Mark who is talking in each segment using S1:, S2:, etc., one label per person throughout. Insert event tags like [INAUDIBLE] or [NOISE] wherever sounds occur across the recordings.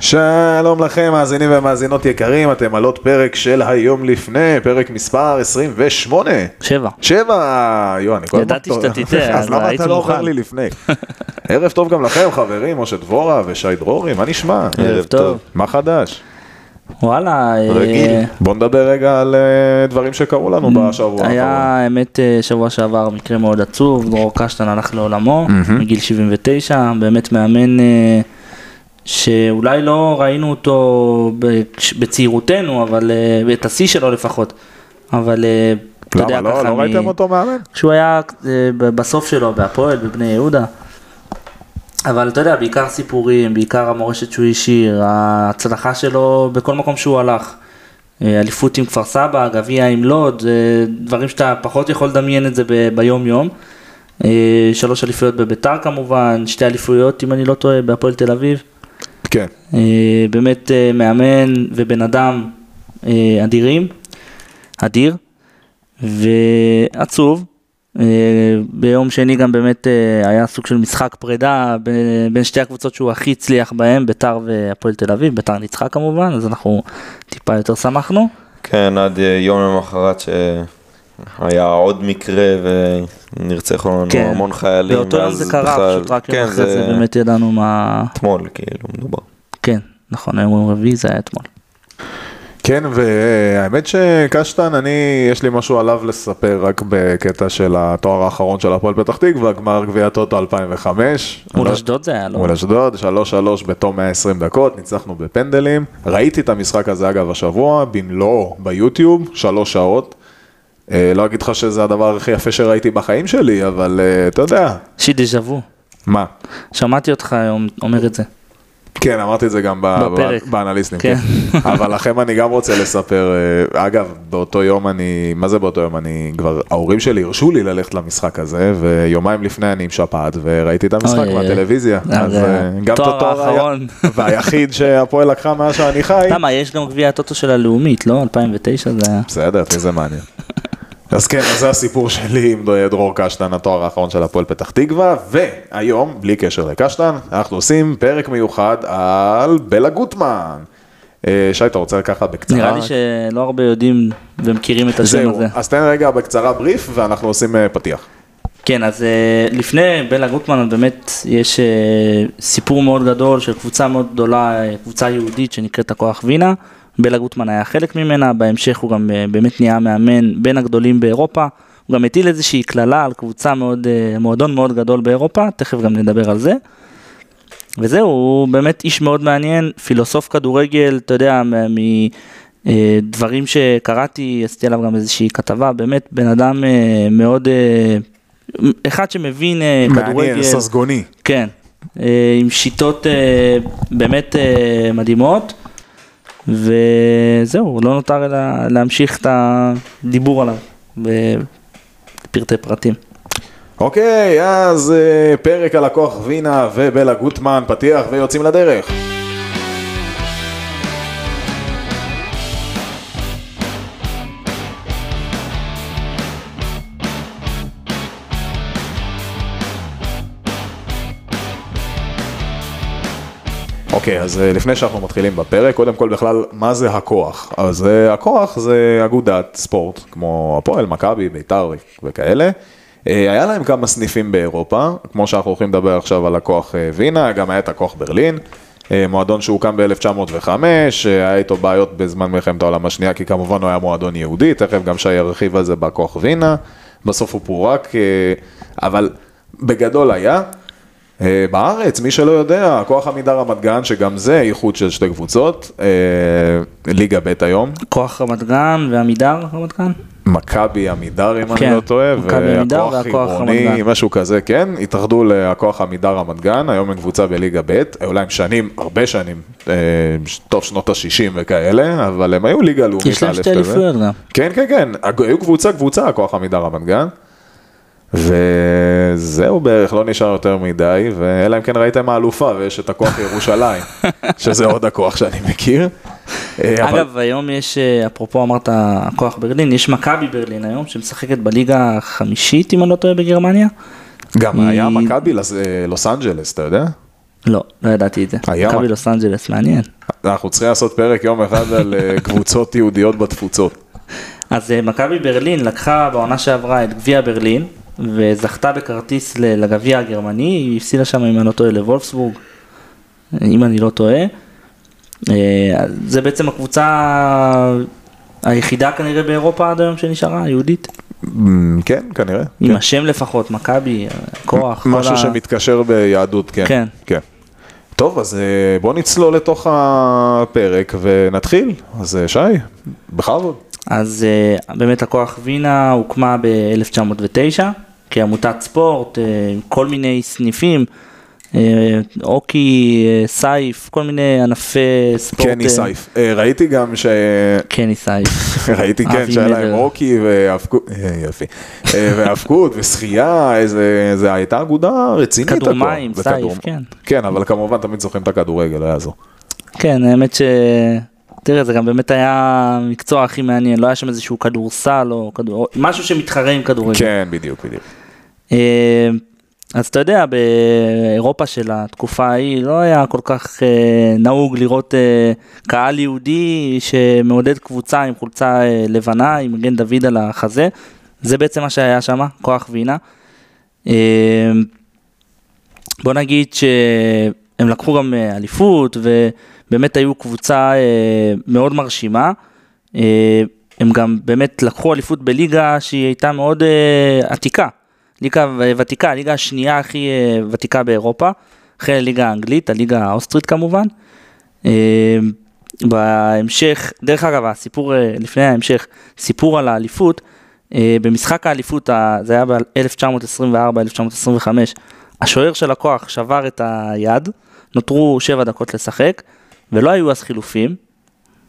S1: שלום לכם, מאזינים ומאזינות יקרים, אתם על עוד פרק של היום לפני, פרק מספר 28.
S2: שבע.
S1: שבע, יואו, אני כל הזמן...
S2: ידעתי שאתה
S1: [LAUGHS]
S2: תטעה,
S1: אז
S2: אבל
S1: למה
S2: הייתי
S1: אתה לא אומר
S2: מוכן.
S1: לי לפני? ערב טוב גם לכם, חברים, משה דבורה ושי דרורי, מה נשמע?
S2: ערב טוב.
S1: מה חדש?
S2: וואלה, אה,
S1: רגיל. בוא נדבר רגע על אה, דברים שקרו לנו בשבוע
S2: היה
S1: האחרון.
S2: האמת אה, שבוע שעבר מקרה מאוד עצוב, דרור קשטן הלך לעולמו מגיל 79, באמת מאמן אה, שאולי לא ראינו אותו ב- כש- בצעירותנו, אבל אה, את השיא שלו לפחות, אבל אה, אתה יודע
S1: למה,
S2: ככה,
S1: לא- לא
S2: מ-
S1: ראיתם אותו מאמן?
S2: כשהוא היה אה, ב- בסוף שלו בהפועל, בבני יהודה. אבל אתה יודע, בעיקר סיפורים, בעיקר המורשת שהוא השאיר, ההצלחה שלו בכל מקום שהוא הלך. אה, אליפות עם כפר סבא, גביע עם לוד, זה דברים שאתה פחות יכול לדמיין את זה ב- ביום יום. אה, שלוש אליפויות בביתר כמובן, שתי אליפויות אם אני לא טועה בהפועל תל אביב.
S1: כן.
S2: אה, באמת אה, מאמן ובן אדם אה, אדירים, אדיר, ועצוב. אה, ביום שני גם באמת אה, היה סוג של משחק פרידה ב- בין שתי הקבוצות שהוא הכי הצליח בהם, ביתר והפועל תל אביב, ביתר ניצחה כמובן, אז אנחנו טיפה יותר שמחנו.
S3: כן, עד אה, יום למחרת שהיה עוד מקרה ונרצחו לנו
S2: כן.
S3: המון חיילים.
S2: באותו יום
S3: ואז
S2: זה קרה,
S3: בכלל-
S2: פשוט רק יום
S3: כן,
S2: אחרי זה באמת ידענו מה...
S3: אתמול, כאילו, מדובר.
S2: כן, נכון, היום יום רביעי זה היה אתמול.
S1: כן, והאמת שקשטן, אני, יש לי משהו עליו לספר רק בקטע של התואר האחרון של הפועל פתח תקווה, גמר גביע טוטו 2005.
S2: מול
S1: לא-
S2: אשדוד זה היה, לא?
S1: מול אשדוד, 3-3 בתום 120 דקות, ניצחנו בפנדלים. ראיתי את המשחק הזה אגב השבוע, במלואו ביוטיוב, שלוש שעות. אה, לא אגיד לך שזה הדבר הכי יפה שראיתי בחיים שלי, אבל אה, אתה יודע,
S2: יש לי דז'ה וו.
S1: מה?
S2: שמעתי אותך היום אומר את זה.
S1: כן, אמרתי את זה גם ב-
S2: בפרק.
S1: ב- באנליסטים,
S2: כן.
S1: כן. אבל לכם אני גם רוצה לספר, אה, אגב, באותו יום אני, מה זה באותו יום? אני כבר, ההורים שלי הרשו לי ללכת למשחק הזה, ויומיים לפני אני עם שפעת, וראיתי את המשחק
S2: אוי, אוי,
S1: מהטלוויזיה.
S2: אוי.
S1: אז
S2: אז,
S1: אה,
S2: אה,
S1: גם את
S2: תואר
S1: התואר היה-
S2: האחרון.
S1: והיחיד שהפועל לקחה מאז שאני חי.
S2: למה, יש גם גביע הטוטו של הלאומית, לא? 2009 זה היה...
S1: בסדר, אותי זה מעניין. [LAUGHS] אז כן, אז זה הסיפור שלי עם דרור קשטן, התואר האחרון של הפועל פתח תקווה, והיום, בלי קשר לקשטן, אנחנו עושים פרק מיוחד על בלה גוטמן. אה, שי, אתה רוצה ככה בקצרה?
S2: נראה לי שלא הרבה יודעים ומכירים את השם
S1: זהו,
S2: הזה.
S1: אז תן רגע בקצרה בריף, ואנחנו עושים אה, פתיח.
S2: כן, אז אה, לפני בלה גוטמן באמת יש אה, סיפור מאוד גדול של קבוצה מאוד גדולה, אה, קבוצה יהודית שנקראת הכוח וינה. בלה גוטמן היה חלק ממנה, בהמשך הוא גם אה, באמת נהיה מאמן בין הגדולים באירופה. הוא גם הטיל איזושהי קללה על קבוצה מאוד, אה, מועדון מאוד גדול באירופה, תכף גם נדבר על זה. וזהו, הוא באמת איש מאוד מעניין, פילוסוף כדורגל, אתה יודע, מדברים שקראתי, עשיתי עליו גם איזושהי כתבה, באמת בן אדם אה, מאוד, אה, אחד שמבין אה, כדורגל,
S1: מעניין, ססגוני.
S2: כן, אה, עם שיטות אה, באמת אה, מדהימות, וזהו, לא נותר אלא להמשיך את הדיבור עליו בפרטי פרטים.
S1: אוקיי, אז אה, פרק על הכוח וינה ובלה גוטמן, פתיח ויוצאים לדרך. אוקיי, אז אה, לפני שאנחנו מתחילים בפרק, קודם כל בכלל, מה זה הכוח? אז אה, הכוח זה אגודת ספורט, כמו הפועל, מכבי, ביתר ו- וכאלה. אה, היה להם כמה סניפים באירופה, כמו שאנחנו הולכים לדבר עכשיו על הכוח אה, וינה, גם היה את הכוח ברלין. אה, מועדון שהוקם ב-1905, אה, היה איתו בעיות בזמן מלחמת העולם השנייה, כי כמובן הוא היה מועדון יהודי, תכף גם שי ירחיב על זה בכוח וינה, בסוף הוא פורק, אה, אבל בגדול היה. אה, בארץ, מי שלא יודע, כוח עמידה רמת גן, שגם זה איחוד של שתי קבוצות, אה, ליגה ב' היום,
S2: כוח רמת גן ועמידר רמת גן?
S1: מכבי עמידר אם
S2: כן,
S1: אני לא טועה,
S2: מכבי עמידר והכוח רמת
S1: עירוני,
S2: גן.
S1: משהו כזה, כן, התאחדו להכוח עמידר רמת גן, היום הם קבוצה בליגה ב', היו להם שנים, הרבה שנים, אה, ש- טוב שנות ה-60 וכאלה, אבל הם היו ליגה לאומית.
S2: יש להם
S1: א'
S2: שתי
S1: כזה.
S2: אליפויות גם.
S1: כן, כן, כן, הג- היו קבוצה קבוצה, הכוח עמידה רמת גן. וזהו בערך, לא נשאר יותר מדי, ואלא אם כן ראיתם האלופה ויש את הכוח ירושלים, שזה עוד הכוח שאני מכיר. אה, אבל-
S2: אגב, היום יש, אה, אפרופו אמרת הכוח ברלין, יש מכבי ברלין היום שמשחקת בליגה החמישית, אם אני לא טועה, בגרמניה.
S1: גם היה
S2: היא-
S1: מכבי לס- אה, לוס אנג'לס, אתה יודע?
S2: לא, לא ידעתי את זה.
S1: היה
S2: מכבי
S1: מה?
S2: לוס אנג'לס, מעניין.
S1: אנחנו צריכים לעשות פרק יום אחד על אה, קבוצות יהודיות בתפוצות.
S2: אז אה, מכבי ברלין לקחה בעונה שעברה את גביע ברלין, וזכתה בכרטיס ל- לגביע הגרמני, היא הפסידה שם, אם אני לא טועה, לוולפסבורג, אם אני לא טועה. אה, אז זה בעצם הקבוצה היחידה כנראה באירופה עד היום שנשארה, היהודית.
S1: אמ, כן, כנראה.
S2: עם השם לפחות, מכבי, אה, כוח,
S1: משהו שמתקשר ביהדות, כן.
S2: כן.
S1: כן. טוב, אז אה, בוא נצלול לתוך הפרק ונתחיל. אז אה, שי, בכבוד.
S2: אז אה, באמת הכוח וינה הוקמה ב-1909 כעמותת ספורט, אה, עם כל מיני סניפים, אה, הוקי, אה, סייף, כל מיני ענפי ספורט.
S1: קני
S2: אה,
S1: סייף. אה, ראיתי גם ש... [LAUGHS]
S2: קני סייף.
S1: ראיתי כן,
S2: אבי
S1: שהיה
S2: מלר.
S1: להם רוקי והאבקות, אה, יופי, אה, והאבקות ושחייה, איזה, זה הייתה אגודה רצינית.
S2: כדור
S1: הכל.
S2: מים,
S1: וכדור-
S2: סייף, כן.
S1: כן, אבל כמובן תמיד זוכרים את הכדורגל, לא יעזור.
S2: כן, האמת ש... תראה, זה גם באמת היה המקצוע הכי מעניין, לא היה שם איזשהו כדורסל או כדור... משהו שמתחרה עם כדורגל.
S1: כן, בדיוק, בדיוק.
S2: אה, אז אתה יודע, באירופה של התקופה ההיא לא היה כל כך אה, נהוג לראות אה, קהל יהודי שמעודד קבוצה עם חולצה אה, לבנה, עם מגן דוד על החזה. זה בעצם מה שהיה שם, כוח וינה. אה, בוא נגיד שהם לקחו גם אה, אליפות, ובאמת היו קבוצה אה, מאוד מרשימה. אה, הם גם באמת לקחו אליפות בליגה שהיא הייתה מאוד אה, עתיקה. ליגה ו- ותיקה, הליגה השנייה הכי אה, ותיקה באירופה, אחרי הליגה האנגלית, הליגה האוסטרית כמובן. אה, בהמשך, דרך אגב, הסיפור, אה, לפני ההמשך, סיפור על האליפות, אה, במשחק האליפות, ה- זה היה ב-1924-1925, השוער של הכוח שבר את היד, נותרו שבע דקות לשחק, ולא היו אז חילופים,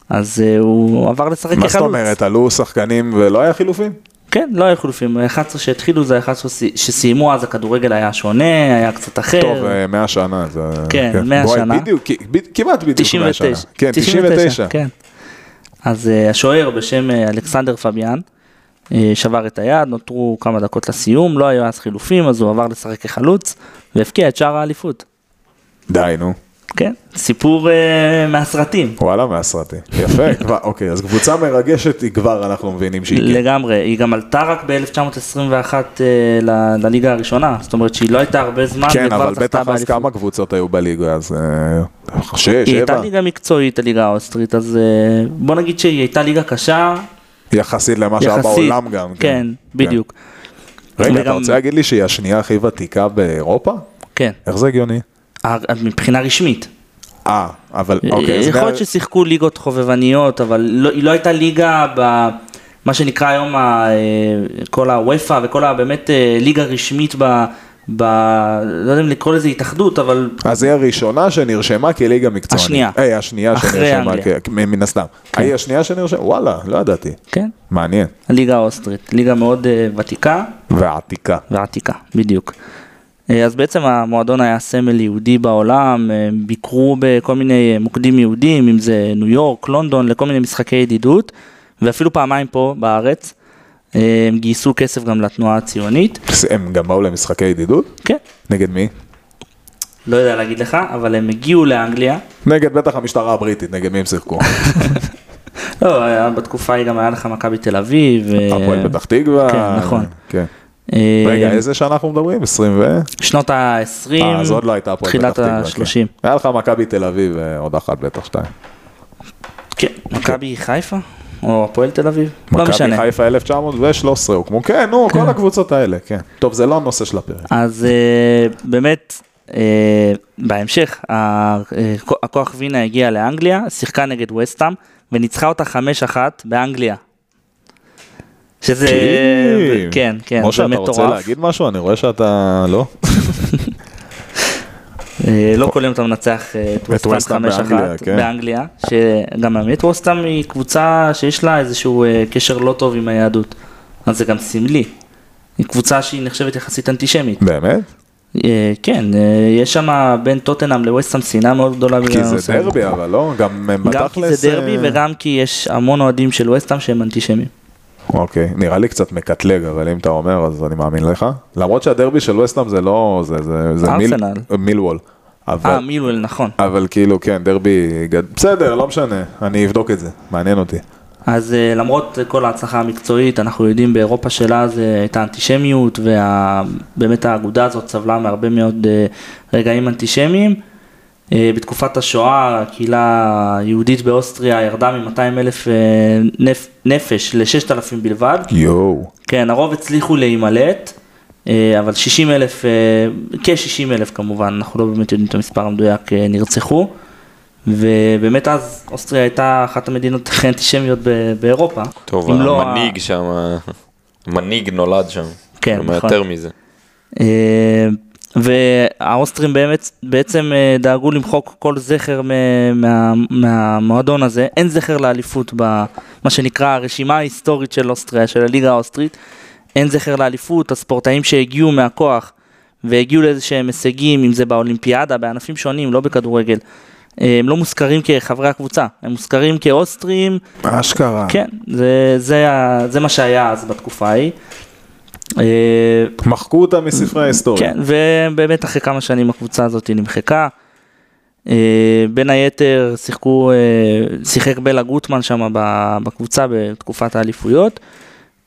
S2: אז אה, הוא עבר לשחק כחלוץ.
S1: מה זאת אומרת, עלו שחקנים ולא היה חילופים?
S2: כן, לא היו חילופים, 11 שהתחילו זה 11 ש- שסיימו, אז הכדורגל היה שונה, היה קצת אחר.
S1: טוב, אה, 100 שנה. זה-
S2: כן, 100
S1: בואי,
S2: שנה.
S1: בדיוק, כי- ב- כמעט בדיוק 100 שנה.
S2: 99.
S1: כן, 99.
S2: כן. אז אה, השוער בשם אה, אלכסנדר פביאן אה, שבר את היד, נותרו כמה דקות לסיום, לא היו אז חילופים, אז הוא עבר לשחק כחלוץ, והבקיע את שער האליפות.
S1: די, נו.
S2: כן, סיפור אה, מהסרטים.
S1: וואלה, מהסרטים. יפה,
S2: [LAUGHS]
S1: כבר, אוקיי, אז קבוצה מרגשת היא כבר, אנחנו מבינים שהיא... כן.
S2: לגמרי, היא גם עלתה רק ב-1921 אה, ל- לליגה הראשונה, זאת אומרת שהיא לא הייתה הרבה זמן,
S1: כן,
S2: וכבר
S1: אבל
S2: זכתה
S1: בטח אז
S2: באליפות.
S1: כמה קבוצות היו בליגה, אז אה, שש,
S2: היא הייתה
S1: שבע,
S2: ליגה מקצועית, הליגה האוסטרית, אז אה, בוא נגיד שהיא הייתה ליגה קשה,
S1: יחסית למה שהיה
S2: יחסית.
S1: בעולם גם.
S2: כן, בדיוק.
S1: רגע, אתה
S2: וגם-
S1: רוצה להגיד לי שהיא השנייה הכי ותיקה באירופה?
S2: כן,
S1: איך זה הגיוני?
S2: ה- מבחינה רשמית.
S1: אה, אבל אוקיי, אז
S2: יכול להיות
S1: מה-
S2: ששיחקו ליגות חובבניות, אבל לא- היא לא הייתה ליגה ב... מה שנקרא היום ה- אה, כל הוופא וכל ה... באמת אה, ליגה רשמית ב... ב... לא יודע אם לקרוא לזה התאחדות, אבל
S1: אז היא הראשונה שנרשמה כליגה מקצוענית.
S2: השנייה.
S1: היי, השנייה
S2: אחרי כן.
S1: שנרשמה,
S2: אנגליה.
S1: כ- מ- מן הסתם. היי, השנייה שנרשמה, וואלה, לא ידעתי.
S2: כן,
S1: מעניין.
S2: הליגה האוסטרית, ליגה מאוד אה, ותיקה,
S1: ועתיקה.
S2: והעתיקה, בדיוק. אה, אז בעצם המועדון היה סמל יהודי בעולם, אה, הם ביקרו בכל מיני אה, מוקדים יהודים, אם זה ניו יורק, לונדון, לכל מיני משחקי ידידות, ואפילו פעמיים פה בארץ. אה, הם גייסו כסף גם לתנועה הציונית,
S1: הם גם באו למשחקי ידידות?
S2: כן,
S1: נגד מי?
S2: לא יודע להגיד לך, אבל הם הגיעו לאנגליה,
S1: נגד בטח המשטרה הבריטית, נגד מי הם שיחקו?
S2: אה, לא, היה- בתקופה ההיא גם היה לך מכבי תל אביב, אה,
S1: הפועל פתח תקווה.
S2: כן, נכון.
S1: כן.
S2: אה,
S1: רגע, איזה שנה אנחנו מדברים? 20 ו...
S2: שנות ה-20,
S1: אה, אז עוד לא הייתה הפועל פתח
S2: תחילת
S1: תקווה.
S2: ה-30,
S1: כן. היה לך מכבי תל אביב, אה, עוד אחת בטח, שתיים.
S2: כן, מכבי חיפה, או הפועל תל אביב, לא
S1: אוקיי. מכבי
S2: משנה.
S1: חיפה 1913 הוקמו, כן, נו, כל הקבוצות האלה, כן. טוב, זה לא הנושא של הפרק.
S2: אז אה, באמת, אה, בהמשך, ה- אה, הכוח וינה הגיע לאנגליה, שיחקה נגד וסטאם, וניצחה אותה 5-1 באנגליה. שזה,
S1: כן.
S2: כן, כן,
S1: משה,
S2: זה
S1: אתה רוצה
S2: מטורף.
S1: להגיד משהו? אני רואה שאתה לא.
S2: אה, לא כל יום אתה מנצח אה, את
S1: וסטהאם
S2: וסטאם 5-1
S1: באנגליה, כן.
S2: באנגליה, שגם האמת וסטאם היא קבוצה שיש לה איזשהו אה, קשר לא טוב עם היהדות, אז זה גם סמלי. היא קבוצה שהיא נחשבת יחסית אנטישמית.
S1: באמת?
S2: אה, כן, אה, יש שם בין טוטנאם לווסטהאם שנאה מאוד גדולה. בגלל
S1: כי
S2: הנושא
S1: זה
S2: הזה.
S1: דרבי, אבל לא? גם אה,
S2: לא, גם כי
S1: בתכלס,
S2: זה דרבי
S1: אה,
S2: וגם כי יש המון אוהדים של ווסטהאם שהם אנטישמים.
S1: אוקיי, נראה לי קצת מקטלג, אבל אם אתה אומר, אז אני מאמין לך. למרות שהדרבי של וסטאם זה לא... זה- זה זה מיל-
S2: ארסנל.
S1: מילוול. אבל,
S2: אה, מילואל, נכון.
S1: אבל כאילו, כן, דרבי, גד- בסדר, לא משנה, אני אבדוק את זה, מעניין אותי.
S2: אז אה, למרות כל ההצלחה המקצועית, אנחנו יודעים באירופה שלה זה הייתה אנטישמיות, ובאמת האגודה הזאת סבלה מהרבה מאוד אה, רגעים אנטישמיים. אה, בתקופת השואה הקהילה היהודית באוסטריה ירדה מ-200 אלף נפש ל-6,000 בלבד.
S1: יואו.
S2: כן, הרוב הצליחו להימלט, אה, אבל 60 אלף, כ-60 אלף כמובן, אנחנו לא באמת יודעים את המספר המדויק, אה, נרצחו. ובאמת אז אוסטריה הייתה אחת המדינות הכי אנטישמיות ב- באירופה.
S3: טוב,
S2: אם לא ה-
S3: המנהיג שם, המנהיג נולד שם.
S2: כן,
S3: כלומר,
S2: נכון.
S3: יותר מזה.
S2: אה, והאוסטרים באמת, בעצם אה, דאגו למחוק כל זכר מ- מה, מהמועדון הזה, אין זכר לאליפות במה שנקרא הרשימה ההיסטורית של אוסטריה, של הליגה האוסטרית, אין זכר לאליפות, הספורטאים שהגיעו מהכוח והגיעו לאיזה שהם הישגים, אם זה באולימפיאדה, בענפים שונים, לא בכדורגל, אה, הם לא מוזכרים כחברי הקבוצה, הם מוזכרים כאוסטרים,
S1: אה. אשכרה.
S2: כן, זה, זה, ה- זה מה שהיה אז בתקופה ההיא. אה,
S1: מחקו אותה מספרי ההיסטוריה.
S2: כן, ובאמת אחרי כמה שנים הקבוצה הזאת נמחקה. אה, בין היתר שיחקו, אה, שיחק בלה גוטמן שם ב- בקבוצה בתקופת האליפויות.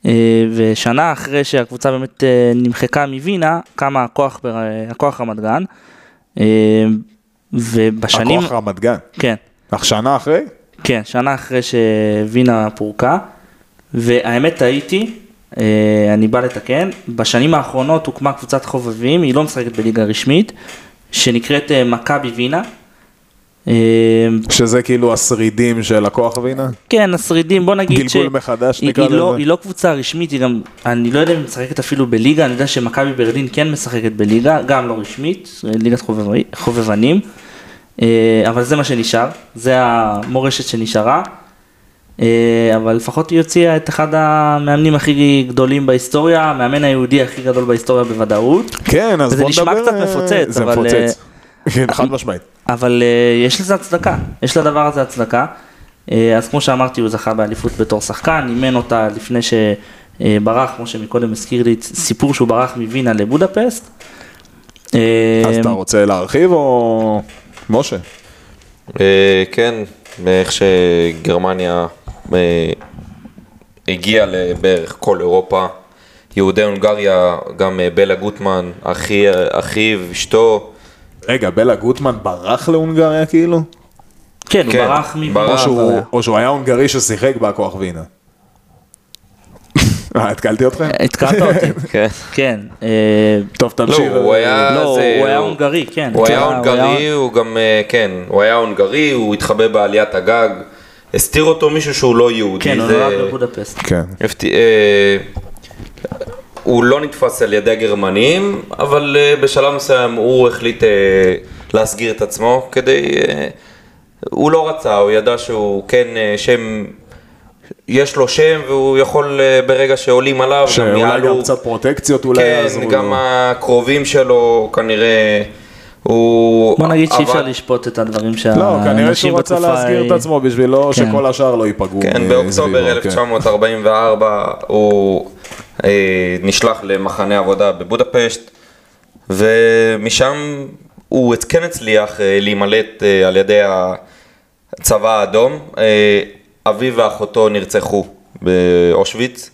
S2: אה, ושנה אחרי שהקבוצה באמת אה, נמחקה מווינה, קמה הכוח, בר- הכוח רמת גן. אה, ובשנים,
S1: הכוח רמת גן.
S2: כן,
S1: אך שנה אחרי?
S2: כן, שנה אחרי שווינה פורקה, והאמת טעיתי, אה, אני בא לתקן, בשנים האחרונות הוקמה קבוצת חובבים, היא לא משחקת בליגה רשמית, שנקראת אה, מכבי ווינה. אה,
S1: שזה כאילו השרידים של הכוח וינה?
S2: כן, השרידים, בוא נגיד
S1: גלגול מחדש
S2: היא,
S1: נקרא
S2: היא, לא,
S1: לזה?
S2: היא לא קבוצה רשמית, היא גם, אני לא יודע אם היא משחקת אפילו בליגה, אני יודע שמכבי ברלין כן משחקת בליגה, גם לא רשמית, ליגת חובב, חובבנים, אה, אבל זה מה שנשאר, זה המורשת שנשארה, אה, אבל לפחות היא הוציאה את אחד המאמנים הכי גדולים בהיסטוריה, המאמן היהודי הכי גדול בהיסטוריה בוודאות,
S1: כן, אז
S2: וזה
S1: בוא נדבר...
S2: נשמע קצת
S1: אה,
S2: מפוצץ,
S1: זה
S2: אבל, אה,
S1: מפוצץ. כן, חד משמעית.
S2: אבל אה, יש לזה הצדקה, יש לדבר הזה הצדקה. אה, אז כמו שאמרתי, הוא זכה באליפות בתור שחקן, אימן אותה לפני שברח, כמו שמקודם הזכיר לי, סיפור שהוא ברח מווינה לבודפסט. אה,
S1: אז אתה רוצה להרחיב או... משה.
S3: אה, כן, איך שגרמניה אה, הגיעה לבערך כל אירופה, יהודי הונגריה, גם אה, בלה גוטמן, אחי- אה, אחיו, אשתו,
S1: רגע, בלה גוטמן ברח להונגריה כאילו?
S2: כן, הוא
S3: כן,
S2: ברח מווינה.
S3: ברח.
S1: או שהוא-
S2: אבל-
S1: או שהוא היה הונגרי ששיחק בהכוח וינה. אה, התקלתי אתכם?
S2: התקעת אותי.
S3: [LAUGHS] כן.
S2: כן, אה,
S1: טוב,
S3: לא,
S1: תמשיך.
S3: הוא היה...
S2: לא,
S3: זה-
S2: הוא היה הונגרי, כן.
S3: הוא היה
S2: הוא
S3: הונגרי,
S2: היה-
S3: הוא גם, אה, כן, הוא היה הונגרי, הוא התחבא בעליית הגג, הסתיר אותו מישהו שהוא לא יהודי.
S2: כן, הוא
S3: זה-
S2: נולד בבודפסט.
S1: כן.
S3: הפת- אה, הוא לא נתפס על ידי הגרמנים, אבל אה, בשלב מסוים הוא החליט אה, להסגיר את עצמו כדי... אה, הוא לא רצה, הוא ידע שהוא כן אה, שם... יש לו שם והוא יכול אה, ברגע שעולים עליו, גם
S1: שאולי
S3: יעלו-
S1: גם קצת פרוטקציות אולי
S3: כן,
S1: יעזרו לו.
S3: גם הקרובים שלו כנראה הוא...
S2: בוא נגיד שאי אפשר
S3: עבד-
S2: לשפוט את הדברים
S1: לא, כנראה
S2: שהאנשים
S1: שהוא רצה
S2: בתקופה
S1: להסגיר את
S2: ההיא-
S1: עצמו בשביל לא
S2: כן.
S1: שכל השאר לא ייפגעו.
S3: כן,
S1: מ-
S3: באוקטובר
S1: סביבו, כן.
S3: 1944 הוא אה, נשלח למחנה עבודה בבודפשט, ומשם הוא כן הצליח אה, להימלט אה, על ידי הצבא האדום. אה, אביו ואחותו נרצחו באושוויץ,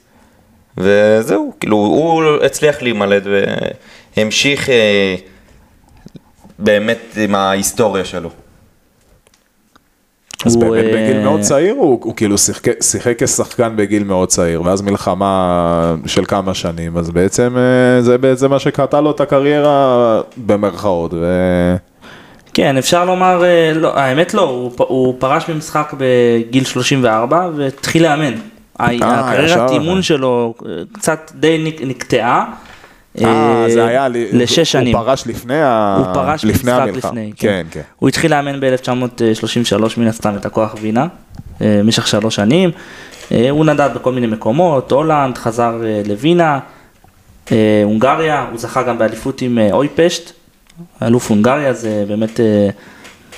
S3: וזהו, כאילו, הוא הצליח להימלט והמשיך אה, באמת עם ההיסטוריה שלו.
S1: אז
S2: הוא,
S1: באמת
S2: אה,
S1: בגיל מאוד צעיר הוא הוא כאילו שיחק- שיחק כשחקן בגיל מאוד צעיר, ואז מלחמה של כמה שנים, אז בעצם אה, זה בעצם מה שקטע לו את הקריירה במרכאות. ו-
S2: כן, אפשר לומר, אה, לא, האמת לא, הוא, פ- הוא פרש ממשחק בגיל 34 והתחיל לאמן. ה-
S1: אה, ישר
S2: הקריירת אימון
S1: אחרי.
S2: שלו אה, קצת די נק- נקטעה.
S1: אה, זה היה... לי-
S2: לשש
S1: הוא-
S2: שנים.
S1: הוא פרש לפני ה...
S2: הוא פרש
S1: לפני
S2: משחק
S1: המלחמה.
S2: לפני,
S1: כן, כן.
S2: הוא התחיל לאמן ב-1933 מן הסתם את הכוח וינה, אה, במשך שלוש שנים. אה, הוא נדד בכל מיני מקומות, הולנד, חזר אה, לווינה, אה, הונגריה, הוא זכה גם באליפות עם אה, אויפשט, אלוף הונגריה, זה באמת אה,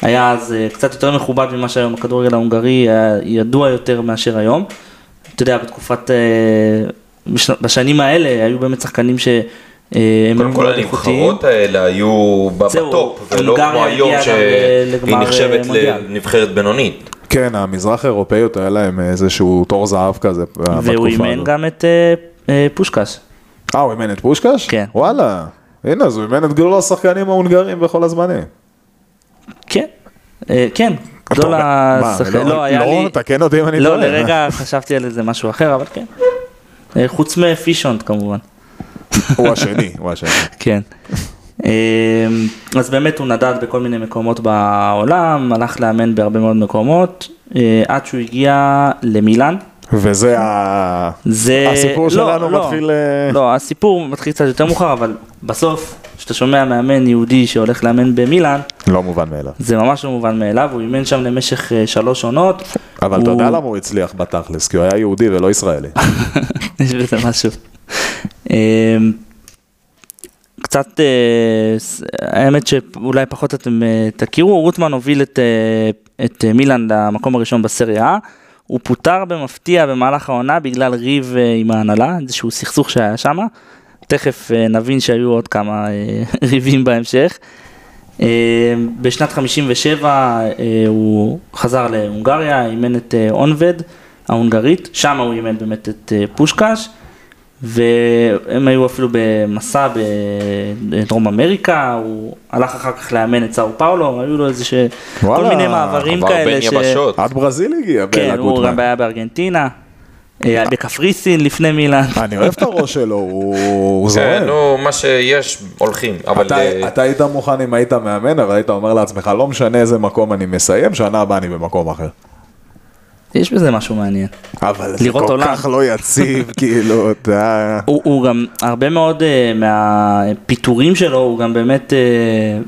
S2: היה אז אה, קצת יותר מכובד ממה שהיום, הכדורגל ההונגרי היה ידוע יותר מאשר היום. אתה יודע, בתקופת, אה, בש- בשנים האלה היו באמת שחקנים ש... אה, הם
S3: קודם כל
S2: מאוד איכותיים.
S3: הנבחרות האלה היו
S2: זהו,
S3: בטופ, ולא
S2: הונגריה
S3: כמו היום
S2: הגיעה גם
S3: שהיא
S2: לגמר, אה,
S3: נחשבת
S2: מונדיאל.
S3: לנבחרת בינונית.
S1: כן, המזרח האירופאיות היה להם איזשהו תור זהב כזה אה,
S2: והוא
S1: בתקופה
S2: אימן
S1: הזאת.
S2: גם את אה, אה, פושקש.
S1: אה, הוא אימן את פושקש?
S2: כן.
S1: וואלה. הנה, אז הוא אימן את גדול השחקנים ההונגרים בכל הזמנים.
S2: כן, אה, כן, גדול
S1: [LAUGHS] מה,
S2: השחקן,
S1: לא-
S2: לא היה
S1: לא,
S2: לי,
S1: תקן אותי אם אני
S2: לא
S1: טועה.
S2: לרגע חשבתי על איזה משהו אחר, אבל כן, אה, חוץ מפישונט כמובן,
S1: הוא השני, הוא השני.
S2: כן. אה, אז באמת הוא נדד בכל מיני מקומות בעולם, הלך לאמן בהרבה מאוד מקומות, אה, עד שהוא הגיע למילאן.
S1: וזה ה...
S2: זה...
S1: הסיפור
S2: לא,
S1: שלנו
S2: לא.
S1: מתחיל, אה,
S2: לא, הסיפור מתחיל קצת יותר מאוחר, אבל בסוף, כשאתה שומע מאמן יהודי שהולך לאמן במילאן,
S1: לא מובן מאליו.
S2: זה ממש לא מובן מאליו, הוא אימן שם למשך אה, שלוש עונות.
S1: אבל אתה
S2: הוא-
S1: יודע למה הוא הצליח בתכלס? כי הוא היה יהודי ולא ישראלי.
S2: [LAUGHS] יש בזה משהו. אמ, קצת, אה, ס- האמת שאולי פחות אתם אה, תכירו, רוטמן הוביל את, אה, את אה, מילאן למקום הראשון בסריה A. הוא פוטר במפתיע במהלך העונה בגלל ריב אה, עם ההנהלה, איזשהו סכסוך שהיה שם. תכף אה, נבין שהיו עוד כמה אה, [LAUGHS] ריבים בהמשך. אה, בשנת 57 אה, הוא חזר להונגריה, אימן את אה, אונבד ההונגרית, שם הוא אימן באמת את אה, פושקש, והם היו אפילו במסע בדרום אמריקה, הוא הלך אחר כך לאמן את סאו פאולו, היו לו איזה ש... כל
S1: וואלה,
S2: מיני מעברים
S3: עבר
S2: כאלה
S3: בין יבשות.
S1: עד ברזיל הגיע
S2: כן,
S1: באלה
S2: הוא
S1: גוטמן.
S2: גם היה בארגנטינה, אה, בקפריסין לפני מילאן.
S1: אני אוהב את הראש שלו, הוא הוא
S3: כן,
S1: זורם.
S3: נו, מה שיש, הולכים. אבל
S1: אתה-
S3: אה,
S1: אתה היית מוכן אם היית מאמן, אבל היית אומר לעצמך, לא משנה איזה מקום אני מסיים, שנה הבאה אני במקום אחר.
S2: יש בזה משהו מעניין.
S1: אבל זה
S2: לראות
S1: כל
S2: עולם.
S1: כך לא
S2: [LAUGHS]
S1: יציב, כאילו, אתה...
S2: הוא, הוא גם, הרבה מאוד uh, מהפיטורים שלו, הוא גם באמת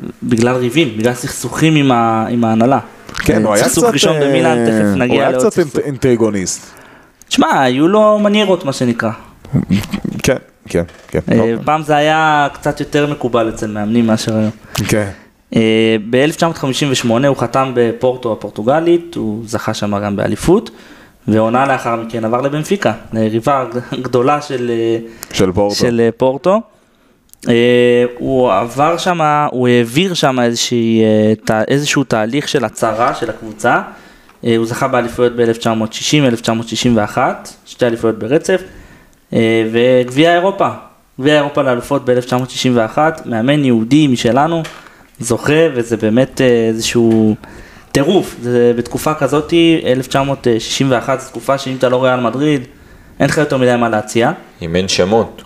S2: uh, בגלל ריבים, בגלל סכסוכים עם, ה, עם ההנהלה.
S1: כן, הוא היה קצת...
S2: סכסוך ראשון
S1: אה,
S2: במילאן, תכף
S1: הוא
S2: נגיע
S1: היה
S2: לעוד
S1: קצת
S2: סכסוך.
S1: אינט- אינטריגוניסט.
S2: תשמע, היו לו מניירות מה שנקרא.
S1: כן, כן, כן.
S2: אה,
S1: אוקיי.
S2: פעם זה היה קצת יותר מקובל אצל מאמנים מאשר היום. אה,
S1: כן.
S2: ב-1958 הוא חתם בפורטו הפורטוגלית, הוא זכה שם גם באליפות, ועונה לאחר מכן עבר לבנפיקה, ליריבה גדולה של... אה,
S1: של פורטו.
S2: של אה, פורטו. אה, הוא עבר שם, הוא העביר שם איזושהי, אה, תה- איזשהו תהליך של הצהרה של הקבוצה. אה, הוא זכה באליפויות ב-1960, 1961, שתי אליפויות ברצף, אה, וגביע אירופה, גביע אירופה לאלופות ב-1961, מאמן יהודי משלנו, זוכה, וזה באמת אה, איזשהו טירוף, זה בתקופה כזאת, 1961, אה, זו תקופה שאם אתה לא ריאל מדריד, אין לך יותר מדי מה להציע.
S3: אימן שמות.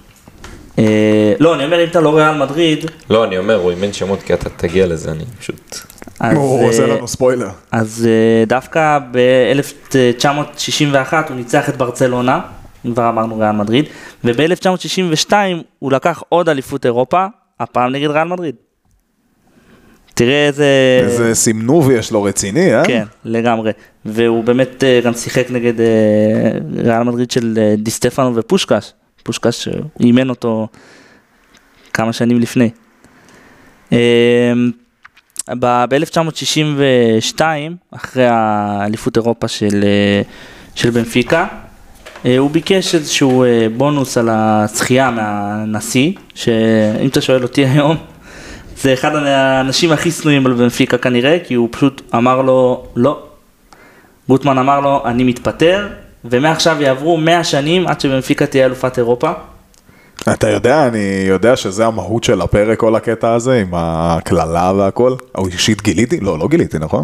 S2: אה, לא, אני אומר, אם אתה לא ריאל מדריד,
S3: לא, אני אומר, הוא אימן שמות כי אתה תגיע לזה, אני פשוט...
S2: אז,
S1: הוא עושה
S2: אה,
S1: לנו ספוילר.
S2: אז אה, דווקא ב-1961 הוא ניצח את ברצלונה, אם כבר אמרנו ריאל מדריד, וב-1962 הוא לקח עוד אליפות אירופה, הפעם נגד ריאל מדריד. תראה איזה...
S1: איזה סימנוב יש לו רציני, אה?
S2: אה, כן, לגמרי. והוא באמת אה, גם שיחק נגד אה, ריאל מדריד של אה, די סטפנו ופושקש. פושקש אה, אימן אותו כמה שנים לפני. אמ, ב-1962, אחרי האליפות אירופה של, אה, של בנפיקה, אה, הוא ביקש איזשהו אה, בונוס על הזכייה מהנשיא, שאם אתה שואל אותי היום, זה אחד האנשים הכי שנואים על בנפיקה כנראה, כי הוא פשוט אמר לו לא. גוטמן אמר לו, אני מתפטר, ומעכשיו יעברו 100 שנים עד שבנפיקה תהיה אלופת אירופה.
S1: אתה יודע, אני יודע שזה המהות של הפרק, כל הקטע הזה, עם הקללה והכל. או אישית גיליתי? לא, לא גיליתי, נכון?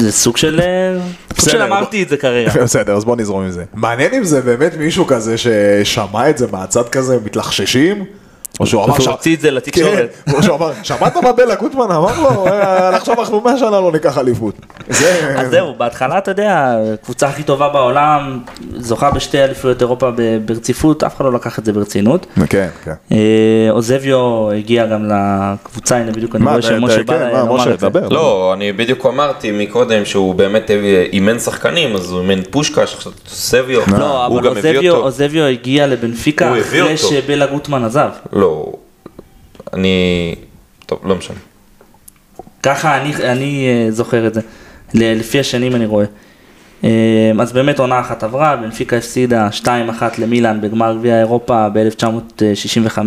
S2: זה סוג של... אה, סוג של
S1: בסדר,
S2: אמרתי את זה
S1: [LAUGHS]
S2: כרגע.
S1: בסדר, אז בוא נזרום עם זה. מעניין אם זה באמת מישהו כזה ששמע את זה מהצד כזה, מתלחששים? או שהוא אמר...
S2: והוא
S1: ש-
S2: הוציא את זה לתקשורת.
S1: כן, או שהוא אמר, שמעת מה בלה גוטמן אמר
S2: [LAUGHS]
S1: לו? "אה, עכשיו אנחנו 100 שנה לא ניקח אליפות. זה...
S2: אז זהו, בהתחלה אתה יודע, הקבוצה הכי טובה בעולם, זוכה בשתי אליפויות אירופה ב- ברציפות, אף אחד לא לקח את זה ברצינות.
S1: כן, כן.
S2: אה, עוזביו הגיע גם לקבוצה, הנה בדיוק אני
S1: מה,
S2: רואה
S1: אתה-
S2: שמשה
S1: אתה-
S2: בא
S1: כן, מה,
S2: לומר
S1: משה,
S2: את זה.
S1: דבר.
S3: לא, אני בדיוק אמרתי מקודם שהוא באמת הביא- אימן שחקנים, אז הוא אימן פושקש, עכשיו סביו,
S2: לא,
S3: הוא
S2: אבל
S3: גם הביא
S2: עוזביו,
S3: אותו.
S2: עוזביו הגיע לבנפיקה
S3: הוא הביא
S2: אחרי
S3: אותו.
S2: שבלה גוטמן עזב.
S3: לא, אני... טוב, לא משנה.
S2: ככה אני, אני אה, זוכר את זה, ל- לפי השנים אני רואה. אה, אז באמת עונה אחת עברה, בנפיקה הפסידה 2-1 למילאן בגמר גביע אירופה ב-1965,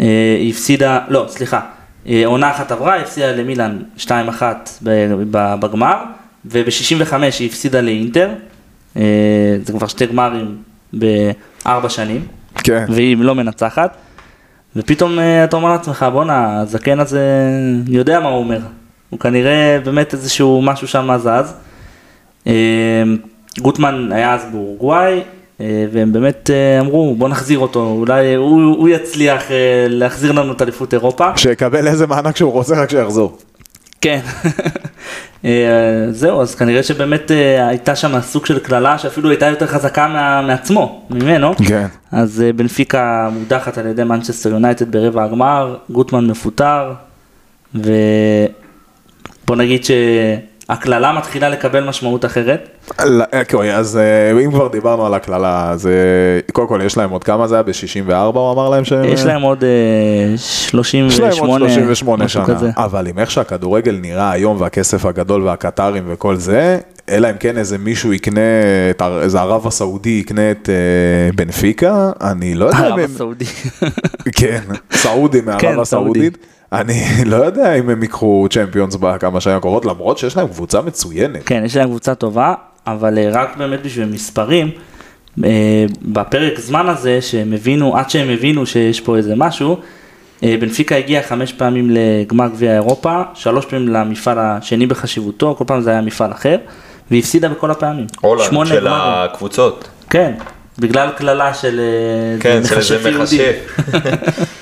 S2: אה, היא הפסידה, לא, סליחה, אה, עונה אחת עברה, היא הפסידה למילאן 2-1 ב- ב- בגמר, וב-65 היא הפסידה לאינטר, אה, זה כבר שתי גמרים בארבע שנים,
S1: כן.
S2: והיא לא מנצחת, ופתאום אה, אתה אומר לעצמך, בואנה, הזקן הזה יודע מה הוא אומר, הוא כנראה באמת איזשהו משהו שם זז. אה, גוטמן היה אז באורוגוואי, אה, והם באמת אה, אמרו, בוא נחזיר אותו, אולי הוא, הוא יצליח אה, להחזיר לנו את אליפות אירופה.
S1: שיקבל איזה מענק שהוא רוצה רק שיחזור.
S2: כן. [LAUGHS] אה, זהו, אז כנראה שבאמת אה, הייתה שם סוג של קללה שאפילו הייתה יותר חזקה מה, מעצמו, ממנו.
S1: כן.
S2: אז אה, בנפיקה מודחת על ידי מנצ'סטר יונייטד ברבע הגמר, גוטמן מפוטר, ובוא נגיד שהקללה מתחילה לקבל משמעות אחרת.
S1: לא, אוקיי, אז אה, אם כבר דיברנו על הקללה, אז אה, קודם כל יש להם עוד כמה זה היה? ב-64 הוא אמר להם שהם...
S2: יש להם עוד אה,
S1: יש להם
S2: 38,
S1: עוד 38
S2: משהו
S1: שנה.
S2: כזה.
S1: אבל עם איך שהכדורגל נראה היום והכסף הגדול והקטרים וכל זה, אלא אם כן איזה מישהו יקנה, את הר- איזה ערב הסעודי יקנה את אה, בנפיקה, אני לא
S2: [LAUGHS]
S1: יודע
S2: ערב
S1: אם הם...
S2: הסעודי.
S1: כן, סעודים מערב
S2: כן,
S1: הסעודית. אני לא יודע אם הם ייקחו צ'מפיונס בכמה שנים הקרובות, למרות שיש להם קבוצה מצוינת.
S2: כן, יש להם קבוצה טובה, אבל אה, רק באמת בשביל מספרים, אה, בפרק זמן הזה שהם הבינו, עד שהם הבינו שיש פה איזה משהו, אה, בנפיקה הגיע חמש פעמים לגמר גביע אירופה, שלוש פעמים למפעל השני בחשיבותו, כל פעם זה היה מפעל אחר, והיא הפסידה בכל הפעמים.
S3: הולנד
S2: שמונה
S3: של
S2: גמרים.
S3: הקבוצות.
S2: כן, בגלל קללה של אה,
S3: כן, של איזה
S2: יהודי.
S3: מחשב.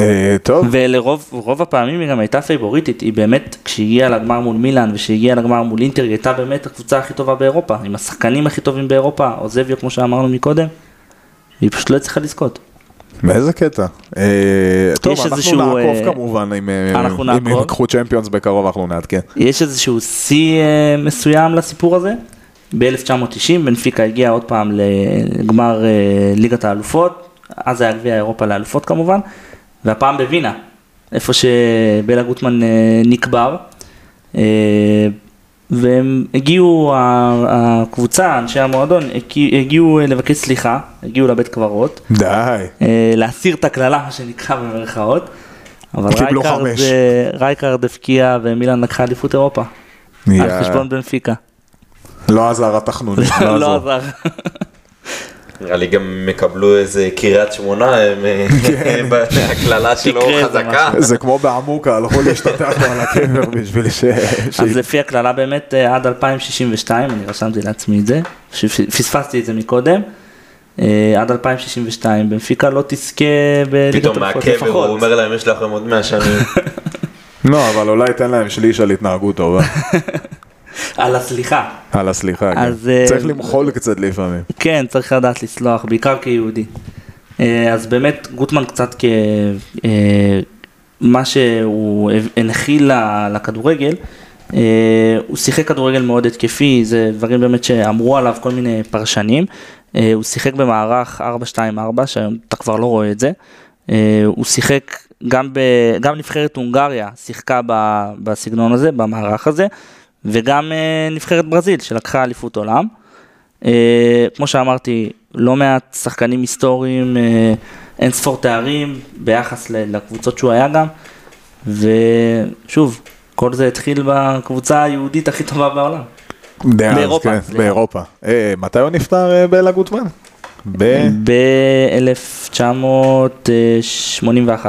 S1: אה, טוב,
S2: ולרוב רוב הפעמים היא גם הייתה פייבוריטית, היא באמת, כשהיא הגיעה לגמר מול מילאן ושהגיעה לגמר מול אינטר, היא הייתה באמת הקבוצה הכי טובה באירופה, עם השחקנים הכי טובים באירופה, עוזביו כמו שאמרנו מקודם, היא פשוט לא הצליחה לזכות.
S1: באיזה קטע? אה, טוב,
S2: יש
S1: אנחנו
S2: איזשהו,
S1: נעקוב
S2: אה,
S1: כמובן, אם אה,
S2: אנחנו
S1: אם
S2: נעקוב.
S1: הם ייקחו צ'מפיונס בקרוב אנחנו נעדכן.
S2: יש איזשהו שיא אה, מסוים לסיפור הזה, ב-1990 בנפיקה הגיעה עוד פעם לגמר אה, ליגת האלופות, אז היה גביע אירופה לאלופות כמובן, והפעם בווינה, איפה שבלה גוטמן אה, נקבר, אה, והם הגיעו, ה- הקבוצה, אנשי המועדון, הגיעו- הגיעו אה, לבקש סליחה, הגיעו לבית קברות,
S1: די.
S2: אה, להסיר את הקללה, מה שנקרא במרכאות. אבל
S1: קיבלו
S2: רייקארד,
S1: חמש.
S2: אה, רייקארד הבקיע ומילאן לקחה אליפות אירופה. על
S1: יא.
S2: חשבון בנפיקה.
S1: לא עזר התחנונים,
S2: [LAUGHS] לא עזר.
S3: נראה לי גם הם יקבלו איזה קריית שמונה, הם,
S2: כן.
S3: [LAUGHS] הקללה שלו
S2: תקרה איזה
S3: חזקה.
S1: זה כמו בעמוקה, הלכו להשתטח לו על הקבר בשביל ש...
S2: אז לפי הקללה באמת אה, עד 2062, אני רשמתי לעצמי את זה, שפ- פספסתי את זה מקודם. אה, עד 2062 בנפיקה לא תזכה בליגת
S3: פתאום
S2: אלופות
S3: מהקבר הוא
S2: לפחות.
S3: אומר להם יש לכם עוד
S2: [LAUGHS]
S3: 100 שנים.
S1: לא, אבל אולי תן להם שליש על התנהגות טובה.
S2: על הסליחה.
S1: על הסליחה, כן.
S2: אז, אה,
S1: צריך למחול קצת לפעמים.
S2: כן, צריך לדעת לסלוח, בעיקר כיהודי. אה, אז באמת, גוטמן קצת כ... אה, מה שהוא הנחיל ל- לכדורגל, אה, הוא שיחק כדורגל מאוד התקפי, זה דברים באמת שאמרו עליו כל מיני פרשנים. אה, הוא שיחק במערך 4-2-4, שהיום אתה כבר לא רואה את זה. אה, הוא שיחק גם, ב, גם נבחרת הונגריה שיחקה ב, בסגנון הזה, במערך הזה, וגם אה, נבחרת ברזיל שלקחה אליפות עולם. אה, כמו שאמרתי, לא מעט שחקנים היסטוריים, אה, אין ספור תארים ביחס ל- לקבוצות שהוא היה גם, ושוב, כל זה התחיל בקבוצה היהודית הכי טובה בעולם.
S1: דאז,
S2: באירופה,
S1: כן,
S2: סליחה.
S1: באירופה. אה, מתי הוא נפטר אה, בלה גוטמן? ב...
S2: ב-1981.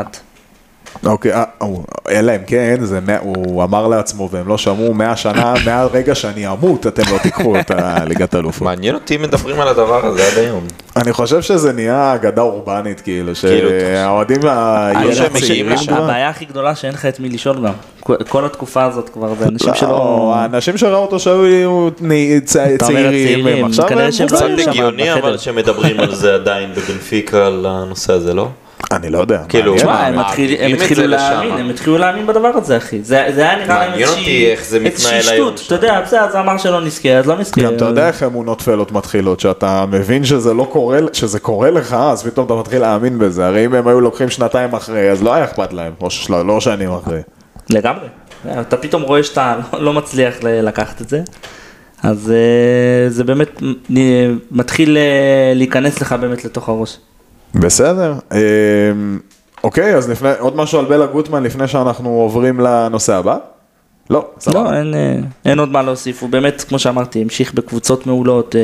S1: אוקיי, אה, הוא- אלא אם כן, זה מאה- הוא אמר לעצמו והם לא שמעו 100 שנה, [LAUGHS] מהרגע שאני אמות אתם לא תיקחו את הליגת אלופות.
S3: מעניין אותי אם מדברים על הדבר הזה עד היום.
S1: אני חושב שזה נהיה אגדה אורבנית, כאילו,
S3: כאילו,
S1: שהאוהדים
S2: אני
S3: שהם
S2: חושב אה,
S3: מגיעים
S2: ש-
S3: לשם.
S2: הבעיה הכי גדולה שאין לך את מי לשאול גם. כל- כל התקופה הזאת כבר זה אנשים
S1: לא,
S2: שלא...
S1: האנשים שראו אותו שהיו נ- צ-
S2: אתה אומר
S1: צעירים,
S2: הצעירים,
S1: הם עכשיו
S2: כנראה
S1: הם
S2: שהם לא
S3: קצת
S1: מבוגרים.
S2: היו שם
S3: הגיוני
S2: בחדר.
S3: אבל שמדברים על זה עדיין בבנפיקה על הנושא הזה, לא?
S1: אני לא יודע.
S3: כאילו,
S1: מעניין.
S2: תשמע,
S3: מה,
S2: הם
S3: מה,
S2: התחיל- הם
S3: מעבירים את
S2: התחילו
S3: זה לשם?
S2: להאמין, הם התחילו להאמין בדבר הזה, אחי. זה זה היה נראה להם
S3: מעניין אותי
S2: איזושהי
S3: איך זה מתנהל
S2: איזושהי
S3: היום
S2: שטות, אתה
S3: שם.
S2: יודע, בסדר, זה אמר שלא נזכה, אז לא נזכה.
S1: גם אתה יודע איך אמונות טפלות מתחילות, שאתה מבין שזה לא קורה, שזה קורה לך, אז פתאום אתה מתחיל להאמין בזה, הרי אם הם היו לוקחים שנתיים אחרי, אז לא היה אכפת להם, או של- לא שנים אחרי.
S2: לגמרי. אתה פתאום רואה שאתה [LAUGHS] לא מצליח ל- לקחת את זה. אז אה, זה באמת מ- נ- מתחיל אה, להיכנס לך באמת לתוך הראש.
S1: בסדר, אמ, אוקיי, אז לפני, עוד משהו על בלה גוטמן לפני שאנחנו עוברים לנושא הבא? לא,
S2: לא,
S1: סבבה.
S2: אין, אה, אין עוד מה להוסיף, הוא באמת, כמו שאמרתי, המשיך בקבוצות מעולות, אה,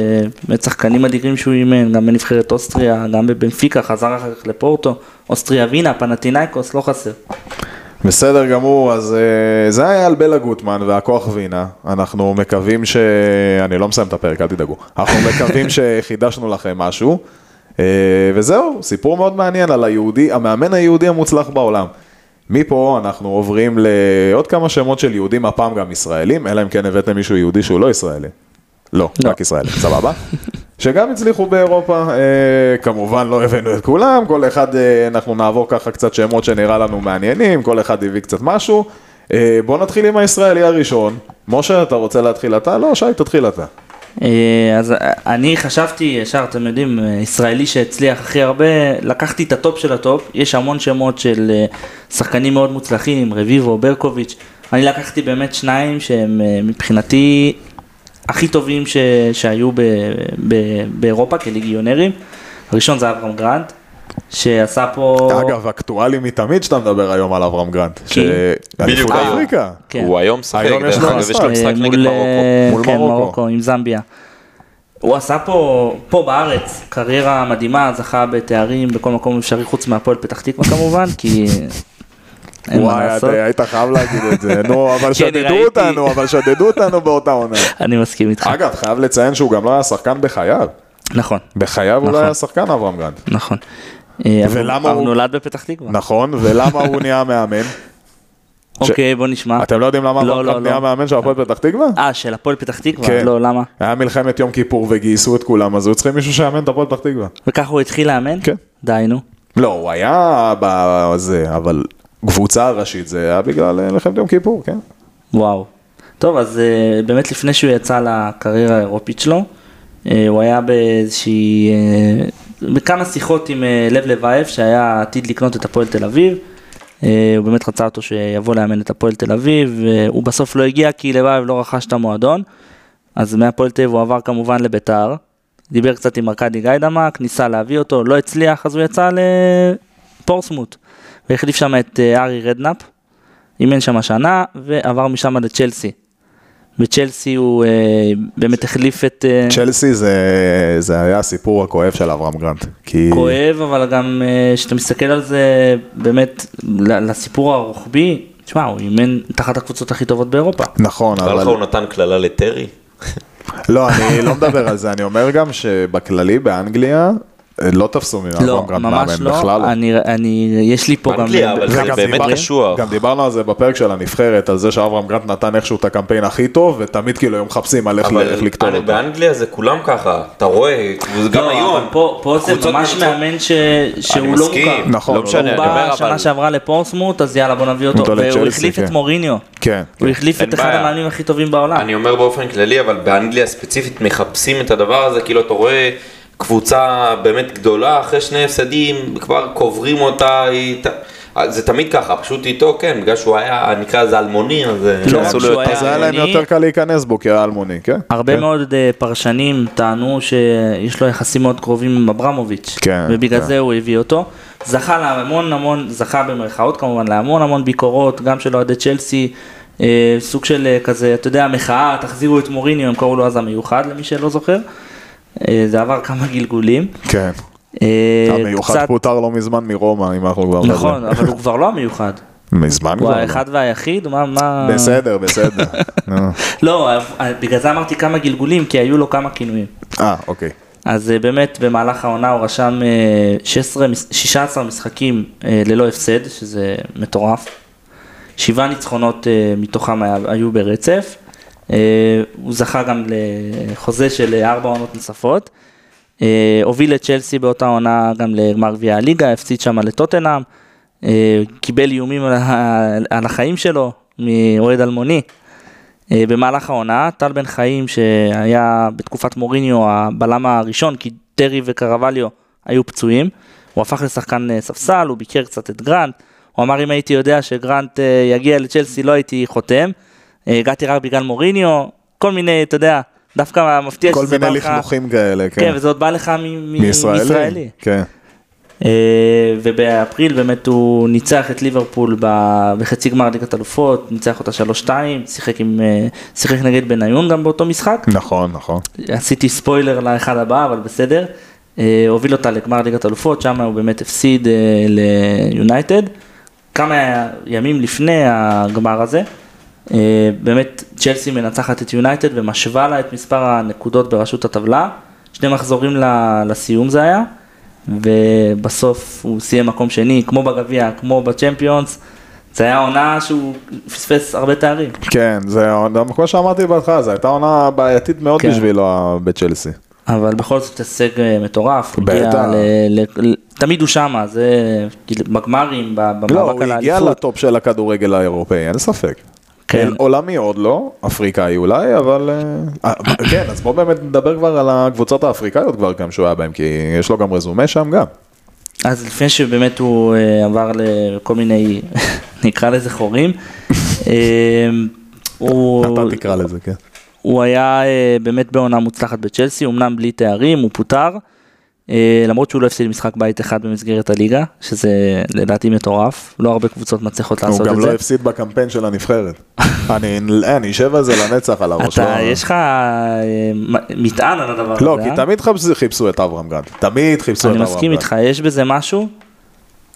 S2: באמת שחקנים אדירים שהוא אימן, גם בנבחרת אוסטריה, גם בבנפיקה, חזר אחר כך לפורטו, אוסטריה ווינה, פנטינאיקוס, לא חסר.
S1: בסדר גמור, אז אה, זה היה על בלה גוטמן והכוח וינה. אנחנו מקווים ש... אני לא מסיים את הפרק, אל תדאגו. אנחנו מקווים שחידשנו לכם משהו. אה, וזהו, סיפור מאוד מעניין על היהודי, המאמן היהודי המוצלח בעולם. מפה אנחנו עוברים לעוד כמה שמות של יהודים, הפעם גם ישראלים, אלא אם כן הבאתם מישהו יהודי שהוא לא ישראלי. לא,
S2: לא.
S1: רק ישראלים, סבבה? שגם הצליחו באירופה, אה, כמובן לא הבאנו את כולם, כל אחד, אה, אנחנו נעבור ככה קצת שמות שנראה לנו מעניינים, כל אחד הביא קצת משהו. אה, בוא נתחיל עם הישראלי הראשון. משה, אתה רוצה להתחיל אתה? לא, שי, תתחיל אתה.
S2: אה, אז אה, אני חשבתי ישר, אתם יודעים, אה, ישראלי שהצליח הכי הרבה, לקחתי את הטופ של הטופ, יש המון שמות של אה, שחקנים מאוד מוצלחים, רביבו, ברקוביץ', אני לקחתי באמת שניים שהם אה, מבחינתי הכי טובים ש, שהיו ב, ב, באירופה כליגיונרים, הראשון זה אברהם גרנט, שעשה פה...
S1: אגב, אקטואלי מתמיד שאתה מדבר היום על אברהם גרנט. ש-
S3: בדיוק
S1: אליפות
S3: היום.
S1: אפריקה.
S2: כן.
S3: הוא היום משחק,
S1: היום יש
S3: דרך
S1: לו
S3: אגב, יש לו
S1: משחק.
S3: משחק
S2: אה,
S3: נגד
S2: מול,
S3: מרוקו.
S2: אה,
S1: מול
S2: כן,
S1: מרוקו.
S2: מרוקו, עם זמביה. הוא עשה פה, פה בארץ, קריירה מדהימה, זכה בתארים בכל מקום אפשרי, חוץ מהפועל פתח תקווה כמובן, כי אין מה
S1: וואי,
S2: לעשות, כן,
S1: אתה- היית חייב להגיד את
S2: [LAUGHS]
S1: זה. נו, אבל שדדו
S2: ראיתי.
S1: אותנו, אבל שדדו אותנו באותה
S2: [LAUGHS]
S1: עונה.
S2: אני מסכים איתך.
S1: אגב, חייב לציין שהוא גם לא היה שחקן בחייו.
S2: נכון,
S1: בחייו הוא לא
S2: נכון.
S1: היה שחקן אברהם גרנט.
S2: נכון. אה, אבל
S1: ולמה
S2: אבל
S1: הוא-
S2: נולד בפתח תקווה.
S1: נכון, ולמה הוא נהיה מאמן?
S2: אוקיי, בוא נשמע.
S1: אתם לא יודעים למה
S2: לא,
S1: אברהם
S2: לא,
S1: גרנט
S2: לא.
S1: נהיה מאמן של הפועל פתח תקווה?
S2: אה, של הפועל פתח תקווה?
S1: כן.
S2: לא, למה?
S1: היה מלחמת יום כיפור וגייסו את כולם, אז היו צריכים מישהו שיאמן את הפועל פתח תקווה.
S2: וככה הוא התחיל לאמן?
S1: כן.
S2: די, נו.
S1: לא, הוא היה בזה, אבל קבוצה ראשית זה היה בגלל אה, מלחמת יום כיפור, כן?
S2: וואו. טוב, אז אה, באמת לפני שהוא יצא לקריירה האירופית שלו, אה, הוא היה באיזושהי... אה, בכמה שיחות עם אה, לב לבייב, שהיה עתיד לקנות את הפועל תל אביב. אה, הוא באמת רצה אותו שיבוא לאמן את הפועל תל אביב, אה, הוא בסוף לא הגיע כי לבייב לא רכש את המועדון. אז מהפועל תל אביב הוא עבר כמובן לביתר, דיבר קצת עם ארכדי גיידמק, ניסה להביא אותו, לא הצליח, אז הוא יצא לפורסמוט. והחליף שם את אה, ארי רדנאפ, אימן שם השנה, ועבר משם לצ'לסי. בצ'לסי הוא אה, באמת החליף את... אה,
S1: צ'לסי זה- זה היה הסיפור הכואב של אברהם גרנט. כי...
S2: כואב, אבל גם אה, כשאתה מסתכל על זה, באמת, ל- לסיפור הרוחבי, תשמע, הוא אימן את אחת הקבוצות הכי טובות באירופה.
S1: נכון,
S3: נראה
S1: אבל...
S3: לך הוא נתן קללה לטרי?
S1: לא, אני לא מדבר על זה, אני אומר גם שבכללי באנגליה אה, לא תפסו
S2: לא,
S1: מאברהם גרנט מאמן
S2: ממש
S1: בכלל.
S2: לא, אני, אני, יש לי פה גם...
S3: באנגליה, אבל זה
S1: וגם
S3: באמת
S1: דיברנו-
S3: קשוח.
S1: גם דיברנו על זה בפרק של הנבחרת, על זה שאברהם גרנט נתן איכשהו את הקמפיין הכי טוב, ותמיד כאילו הם מחפשים על איך ל-
S3: אבל
S1: איך לקטול
S3: אני-
S1: אותו.
S3: באנגליה זה כולם ככה, אתה רואה, זה גם
S2: לא, אבל
S3: היום.
S2: פה, פה זה
S3: קבוצות
S2: ממש
S3: מנצחות.
S2: מאמן ש...
S3: אני
S2: שהוא לא מוכר.
S3: מסכים,
S1: נכון,
S3: לא
S1: הוא
S3: משנה,
S2: הוא
S3: אני
S2: בא
S3: אומר אבל,
S2: שנה שעברה לפורסמוט, אז יאללה בוא נביא אותו.
S1: אותו
S2: והוא
S1: לצ'לסי,
S2: החליף את
S1: כן.
S2: מוריניו.
S1: כן.
S2: הוא החליף
S3: אין
S2: את אחד
S3: בעיה.
S2: המאמנים הכי טובים בעולם.
S3: אני אומר באופן כללי, אבל באנגליה ספציפית מחפשים את הדבר הזה, כאילו אתה רואה קבוצה באמת גדולה, אחרי שני הפסדים, כבר קוברים אותה, היא... ת- זה תמיד ככה, פשוט איתו, כן, בגלל שהוא היה, נקרא לזה אלמוני, אז אה,
S2: לא,
S3: עשו לו
S2: שהוא
S3: יותר.
S1: אז היה להם
S2: אלמוני.
S1: יותר קל להיכנס בו כי היה אלמוני, כן?
S2: הרבה
S1: כן.
S2: מאוד אה, פרשנים טענו שיש לו יחסים מאוד קרובים עם אברמוביץ',
S1: כן,
S2: ובגלל
S1: כן.
S2: זה הוא הביא אותו. זכה להמון המון, זכה במרכאות כמובן, להמון המון ביקורות, גם של אוהדי צ'לסי, אה, סוג של אה, כזה, אתה יודע, מחאה, תחזירו את מוריניו, הם קראו לו אז המיוחד, למי שלא זוכר. אה, זה עבר כמה גלגולים.
S1: כן.
S2: אה,
S1: המיוחד
S2: קצת-
S1: פוטר לא מזמן מרומא, אם אנחנו כבר...
S2: נכון,
S1: מדברים.
S2: אבל הוא כבר לא
S1: [LAUGHS]
S2: המיוחד.
S1: מזמן
S2: הוא
S1: כבר. לא.
S2: האחד והיחיד, מה, מה...
S1: בסדר,
S2: [LAUGHS]
S1: בסדר. נו.
S2: לא, בגלל זה אמרתי כמה גלגולים, כי היו לו כמה כינויים.
S1: אה, אוקיי.
S2: אז אה, באמת במהלך העונה הוא רשם אה, 16, מש- 16 משחקים אה, ללא הפסד, שזה מטורף. שבעה ניצחונות אה, מתוכם היה- היו ברצף. אה, הוא זכה גם לחוזה של אה, ארבע עונות נוספות. אה, הוביל את צ'לסי באותה עונה גם לגמר גביע הליגה, הפסיד שם לטוטנאם. אה, קיבל איומים על, ה- על החיים שלו מאוהד אלמוני. אה, במהלך העונה, טל בן חיים שהיה בתקופת מוריניו הבלם הראשון, כי טרי וקרווליו היו פצועים, הוא הפך לשחקן אה, ספסל, הוא ביקר קצת את גרנט, הוא אמר אם הייתי יודע שגרנט אה, יגיע לצ'לסי לא הייתי חותם, אה, הגעתי רק בגלל מוריניו, כל מיני, אתה יודע, דווקא מפתיע
S1: כל
S2: שזה בא
S1: מיני
S2: לך,
S1: לכלוכים כאלה,
S2: כן,
S1: כן.
S2: וזה עוד בא לך מ- מ-
S1: מישראלי.
S2: מישראלי.
S1: כן.
S2: אה, ובאפריל באמת הוא ניצח את ליברפול ב- בחצי גמר ליגת אלופות, ניצח אותה 3-2, שיחק, עם, אה, שיחק נגד בניון גם באותו משחק.
S1: נכון, נכון.
S2: עשיתי ספוילר לאחד הבא, אבל בסדר. אה, הוביל אותה לגמר ליגת אלופות, שם הוא באמת הפסיד אה, ליונייטד. כמה ימים לפני הגמר הזה, אה, באמת צ'לסי מנצחת את יונייטד ומשווה לה את מספר הנקודות בראשות הטבלה. שני מחזורים ל- לסיום זה היה, ובסוף הוא סיים מקום שני, כמו בגביע, כמו בצ'מפיונס. זה היה עונה שהוא פספס הרבה תארים.
S1: כן, זה, גם כמו שאמרתי בהתחלה, זו הייתה עונה בעייתית מאוד
S2: כן.
S1: בשבילו אה, בצ'לסי.
S2: אבל בכל זאת הישג אה, מטורף, הוא
S1: בטח.
S2: הגיע ל- ל- ל- תמיד הוא שמה, זה כאילו, בגמרים, ב-
S1: לא, הוא
S2: במאבק על
S1: הגיע
S2: האליפות.
S1: לטופ של הכדורגל האירופאי, אין ספק.
S2: כן.
S1: כן. עולמי עוד לא, אפריקאי אולי, אבל... אה, אה, כן, אז בוא באמת נדבר כבר על הקבוצות האפריקאיות כבר גם שהוא היה בהן, כי יש לו גם רזומה שם גם. כן.
S2: אז לפני שבאמת הוא אה, עבר לכל מיני, [LAUGHS] נקרא לזה חורים, אה, הוא,
S1: אתה תקרא לזה, כן.
S2: הוא היה אה, באמת בעונה מוצלחת בצ'לסי, אמנם בלי תארים, הוא פוטר, אה, למרות שהוא לא הפסיד משחק בית אחד במסגרת הליגה, שזה לדעתי מטורף, לא הרבה קבוצות מצליחות
S1: הוא
S2: לעשות את
S1: גם
S2: זה.
S1: לא הפסיד בקמפיין של הנבחרת.
S2: [LAUGHS]
S1: אני אני אשב על זה לנצח על הראש.
S2: אתה,
S1: לא-
S2: יש לך אה, מ- מטען על הדבר הזה,
S1: לא,
S2: אה?
S1: כי תמיד חיפשו- חיפשו את אברהם גרנט. תמיד חיפשו את
S2: אני
S1: אברהם גרנט.
S2: מסכים איתך, יש בזה משהו,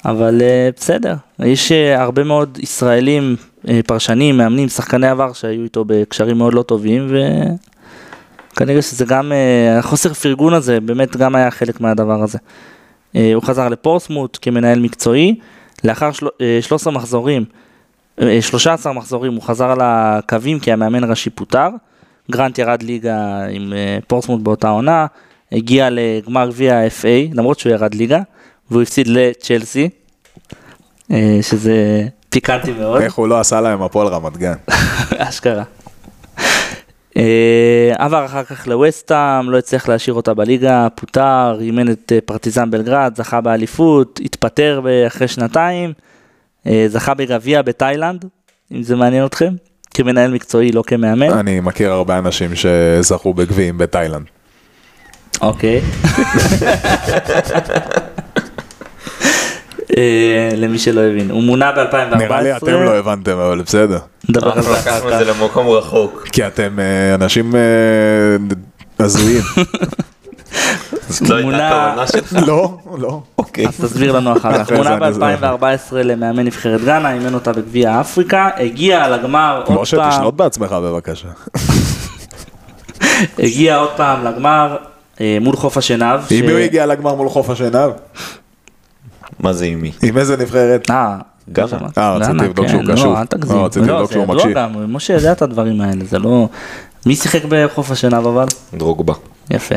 S2: אבל אה, בסדר. יש אה, הרבה מאוד ישראלים, אה, פרשנים, מאמנים, שחקני עבר שהיו איתו בקשרים מאוד לא טובים, וכנראה שזה גם, אה, החוסר פרגון הזה באמת גם היה חלק מהדבר הזה. אה, הוא חזר לפורסמוט כמנהל מקצועי, לאחר של... אה, 13 מחזורים, אה, 13 מחזורים הוא חזר לקווים כי המאמן ראשי פוטר, גרנט ירד ליגה עם אה, פורסמוט באותה עונה, הגיע לגמר גביע ה-FA, למרות שהוא ירד ליגה, והוא הפסיד לצ'לסי, אה, שזה פיקנטי מאוד.
S1: איך הוא לא עשה להם הפועל רמת גן.
S2: אשכרה. אה, עבר אחר כך לווסטהאם, לא הצליח להשאיר אותה בליגה, פוטר, אימן את אה, פרטיזן בלגרד, זכה באליפות, התפטר ב- אחרי שנתיים, אה, זכה בגביע בתאילנד, אם זה מעניין אתכם, כמנהל מקצועי, לא כמאמן.
S1: אני מכיר הרבה אנשים שזכו בגביעים בתאילנד. [LAUGHS]
S2: אוקיי. אה, למי שלא הבין, הוא מונה ב-2014.
S1: נראה לי אתם לא הבנתם, אבל בסדר.
S2: נדבר על
S3: אנחנו
S2: זה אחר
S3: לקחנו את זה
S2: כך.
S3: למקום רחוק.
S1: כי אתם אה, אנשים אה, הזויים.
S3: זאת לא הייתה
S2: מונה-
S3: הכוונה שלך.
S1: [LAUGHS] לא, לא.
S3: אוקיי.
S2: אז תסביר לנו אחר כך.
S1: אחרי
S2: מונה
S1: זה אני-
S2: ב-2014 למאמן נבחרת גאנה, אימן אותה בגביע אפריקה, הגיע לגמר עוד
S1: משה,
S2: פעם,
S1: תשלוט בעצמך בבקשה.
S2: הגיע עוד פעם לגמר אה, מול חוף השנהב. ש-
S1: עם מי הוא הגיע לגמר מול חוף השנהב?
S3: מה זה עם מי?
S1: עם איזה נבחרת?
S2: אה,
S3: גאנה.
S2: לא שמעתי.
S1: אה, רציתי
S2: גאנה,
S1: לבדוק
S2: כן,
S1: שהוא
S2: לא,
S1: קשוב.
S2: אל תגזים.
S1: לא, רציתי
S2: לא,
S1: לבדוק
S2: זה
S1: שהוא
S2: ידוע
S1: מקשיב.
S2: גם, משה יודע את הדברים האלה, זה לא... מי שיחק בחוף השנהב אבל?
S3: דרוגבה.
S2: יפה.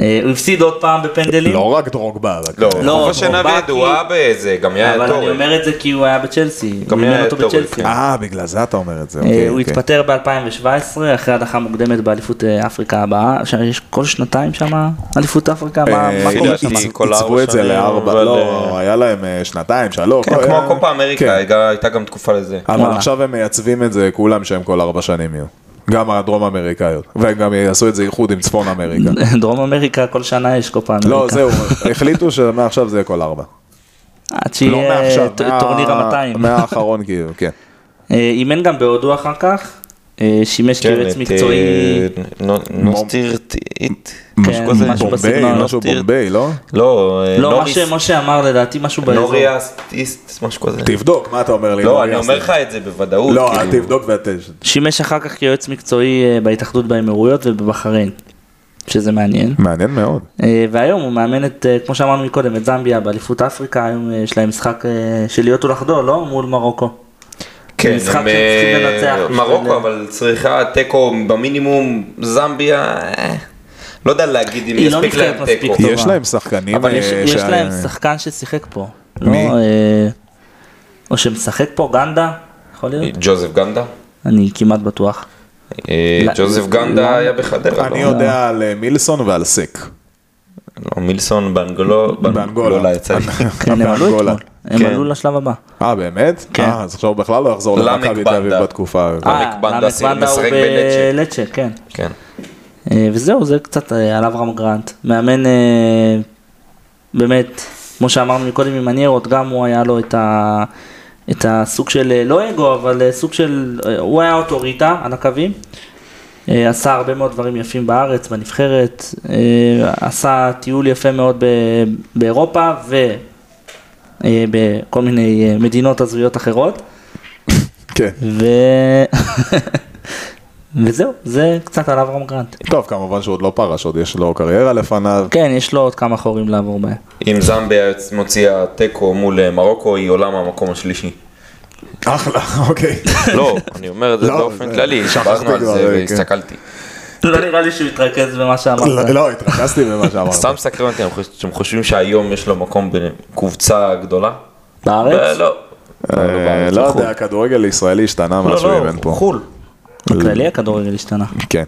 S2: אה, הוא הפסיד עוד פעם בפנדלים.
S1: לא רק דרוגבה. רק-
S3: לא,
S2: לא,
S3: חוף השנהב
S2: דרוגבה,
S3: ידועה באיזה, גם יאיה
S2: אבל אני
S3: טורן.
S2: אומר את זה כי הוא היה בצ'לסי.
S3: גם
S2: הוא אימן
S3: היה
S2: אותו
S3: טוב,
S2: בצ'לסי.
S3: כן.
S1: אה, בגלל זה אתה אומר את זה.
S2: אה,
S1: אוקיי,
S2: הוא
S1: אוקיי.
S2: התפטר ב-2017 אחרי הדחה מוקדמת באליפות אה, אפריקה הבאה, שיש כל שנתיים שם אליפות אפריקה, מה
S1: אה,
S2: מה
S3: לפי
S2: קורה
S3: דעתי,
S2: שם?
S3: כל ארבע
S1: עיצבו את זה
S3: שנים,
S1: לארבע,
S3: אבל,
S1: לא,
S3: אה,
S1: היה להם אה, שנתיים, שלוש. לא,
S3: כמו
S2: אה,
S1: היה-
S3: קופה
S1: כן.
S3: אמריקה, הייתה- הייתה גם תקופה לזה.
S1: אבל
S2: וואלה.
S1: עכשיו הם מייצבים את זה כולם שהם כל ארבע שנים יהיו. גם הדרום אמריקאיות. והם גם יעשו את זה איחוד עם צפון אמריקה.
S2: [LAUGHS] דרום אמריקה כל שנה יש קופה אמריקה.
S1: לא, זהו, החליטו שמעכשיו זה יהיה כל ארבע.
S2: [LAUGHS] עד
S1: לא
S2: שיהיה
S1: מעכשיו,
S2: ט-
S1: מה-
S2: טורניר ה-200.
S1: מהאחרון כאילו,
S2: [LAUGHS]
S1: כן.
S2: אימן גם בהודו אחר כך, אה, שימש
S3: כן,
S1: כן,
S2: כיועץ
S1: אה,
S2: מקצועי,
S3: אה, נוסטירטית.
S2: כן, משהו בסגנון.
S1: בומביי, משהו
S3: לא,
S1: בומביי, לא?
S3: לא, אה,
S2: לא, מה
S3: נוריס,
S2: שמשה אמר לדעתי משהו באזור.
S3: נוריה איסט, משהו כזה.
S1: תבדוק, מה אתה אומר לי?
S3: לא,
S1: נוריה
S3: אני אומר
S1: סטריט?
S3: לך את זה בוודאות.
S1: לא,
S3: כאילו.
S1: אל תבדוק ותש.
S2: שימש אחר כך כיועץ מקצועי אה, בהתאחדות באמירויות ובבחריין, שזה מעניין.
S1: מעניין מאוד.
S2: אה, והיום הוא מאמן את, אה, כמו שאמרנו מקודם, את זמביה באליפות אפריקה, היום אה, יש להם משחק אה, של להיות ולחדול, לא? מול מרוקו.
S3: כן,
S2: משחק
S3: הם,
S2: שהם צריכים
S3: אה,
S2: לנצח בשביל-
S3: מרוקו אבל צריכה תיקו במינימום, זמביה, אה, לא יודע להגיד אם
S2: היא לא
S3: יספיק
S2: נבחרת
S3: להם
S2: מספיק
S3: תיקו.
S2: טובה.
S1: יש להם שחקנים...
S2: אבל יש,
S1: אה,
S2: יש
S1: שה-
S2: להם שחקן ששיחק פה.
S1: מי?
S2: לא, אה, או שמשחק פה, גנדה, יכול להיות?
S3: ג'וזף גנדה?
S2: אני כמעט בטוח.
S3: אה,
S2: לא,
S3: ג'וזף גנדה היה בחדרה,
S1: אני
S3: לא?
S1: יודע על אה, מילסון ועל סק.
S3: לא, מילסון באנגולו,
S1: באנגולה.
S3: באנגולה
S1: [LAUGHS]
S3: יצא לי.
S2: כן, הם עלו
S1: באנגולה.
S2: אתמול. הם
S3: כן.
S2: עלו לשלב הבא.
S1: אה, באמת?
S2: כן.
S1: אה, אז עכשיו הוא בכלל לא יחזור
S3: למק
S1: למכבי תל אביב
S3: בנדה.
S1: בתקופה.
S2: אה,
S3: בנדה
S2: למד
S3: סיים
S2: בנדה הוא
S3: לשחק בלצ'ה.
S2: בלצ'ה, כן.
S3: כן.
S2: אה, וזהו, זה קצת אה, על אברהם גרנט. מאמן אה, באמת כמו שאמרנו מקודם עם הניירות, גם הוא היה לו את ה... את הסוג של, אה, לא אגו, אבל אה, סוג של, אה, הוא היה אוטוריטה על הקווים, אה, עשה הרבה מאוד דברים יפים בארץ, בנבחרת, אה, עשה טיול יפה מאוד ב- באירופה ובכל מיני אה, מדינות הזויות אחרות,
S1: כן.
S2: ו... [LAUGHS] וזהו, זה קצת על אברהם גרנט.
S1: טוב, כמובן שהוא עוד לא פרש, עוד יש לו קריירה לפניו.
S2: כן, יש לו עוד כמה חורים לעבור בהם.
S3: אם זמביה מוציאה תיקו מול אה, מרוקו, היא עולה מהמקום השלישי.
S1: אחלה,
S2: [LAUGHS]
S1: אוקיי.
S3: לא, אני אומר את זה
S1: לא,
S3: באופן
S1: זה-
S3: כללי,
S1: שכחתי
S3: דיברנו על
S1: כבר,
S3: זה
S1: כן.
S3: והסתכלתי.
S2: לא נראה לי שהוא התרכז במה
S1: לא,
S2: שאמרת.
S1: לא, התרכזתי במה שאמרת.
S3: סתם סקרן אותי, אתם חושבים שהיום יש לו מקום בקובצה גדולה?
S2: בארץ?
S3: לא. לא, לא
S1: אה,
S3: בארץ,
S1: לא
S3: בחו"ל.
S1: יודע, הכדורגל הישראלי השתנה
S3: לא,
S1: משהו אם אין
S3: לא,
S1: פה.
S3: חו"ל.
S2: בכללי הכדורגל השתנה.
S1: כן.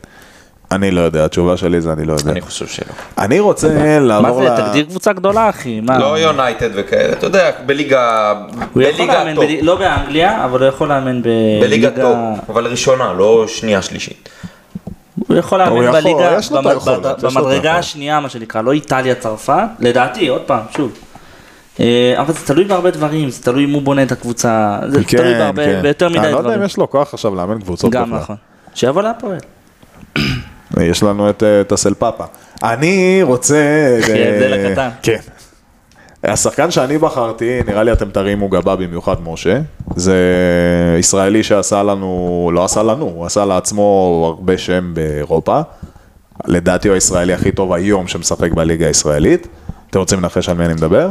S1: אני לא יודע, התשובה שלי זה אני לא יודע.
S3: אני חושב שלא.
S1: אני רוצה
S2: מה
S1: לעבור
S2: זה,
S1: ל...
S2: תגדיר קבוצה גדולה אחי, מה?
S3: לא יונייטד וכאלה, אתה יודע, בליגה...
S2: אה. הוא יכול
S3: בליגה
S2: לאמן,
S3: טופ.
S2: בלי- לא באנגליה, אבל הוא יכול לאמן ב-
S3: בליגה
S2: ליגה-
S3: טופ, אבל ראשונה, לא שנייה שלישית.
S2: הוא יכול
S1: הוא
S2: לאמן
S1: יכול,
S2: בליגה,
S1: יש לו את
S2: במ-
S1: היכולת,
S2: ב-
S1: יש לו את
S2: במדרגה
S1: היכולת.
S2: השנייה מה שנקרא, לא איטליה צרפת, לדעתי, עוד פעם, שוב. אה, אבל זה תלוי בהרבה דברים, זה תלוי אם הוא בונה את הקבוצה, זה
S1: כן,
S2: תלוי בהרבה,
S1: כן.
S2: ביותר מדי
S1: אני לא יודע
S2: דברים.
S1: אם יש לא. לו כוח עכשיו לאמן קבוצות
S2: גם
S1: בכלל.
S2: נכון. שיבוא להפועל.
S1: יש לנו את אה, טסל פאפה. אני רוצה...
S2: אחי, ההבדל
S1: אה,
S2: הקטן.
S1: כן. השחקן שאני בחרתי, נראה לי אתם תרימו גבה במיוחד, משה. זה ישראלי שעשה לנו, לא עשה לנו, הוא עשה לעצמו הרבה שם באירופה. לדעתי הוא הישראלי הכי טוב היום שמשחק בליגה הישראלית. אתם רוצים לנחש על מי אני
S2: [LAUGHS]
S1: מדבר?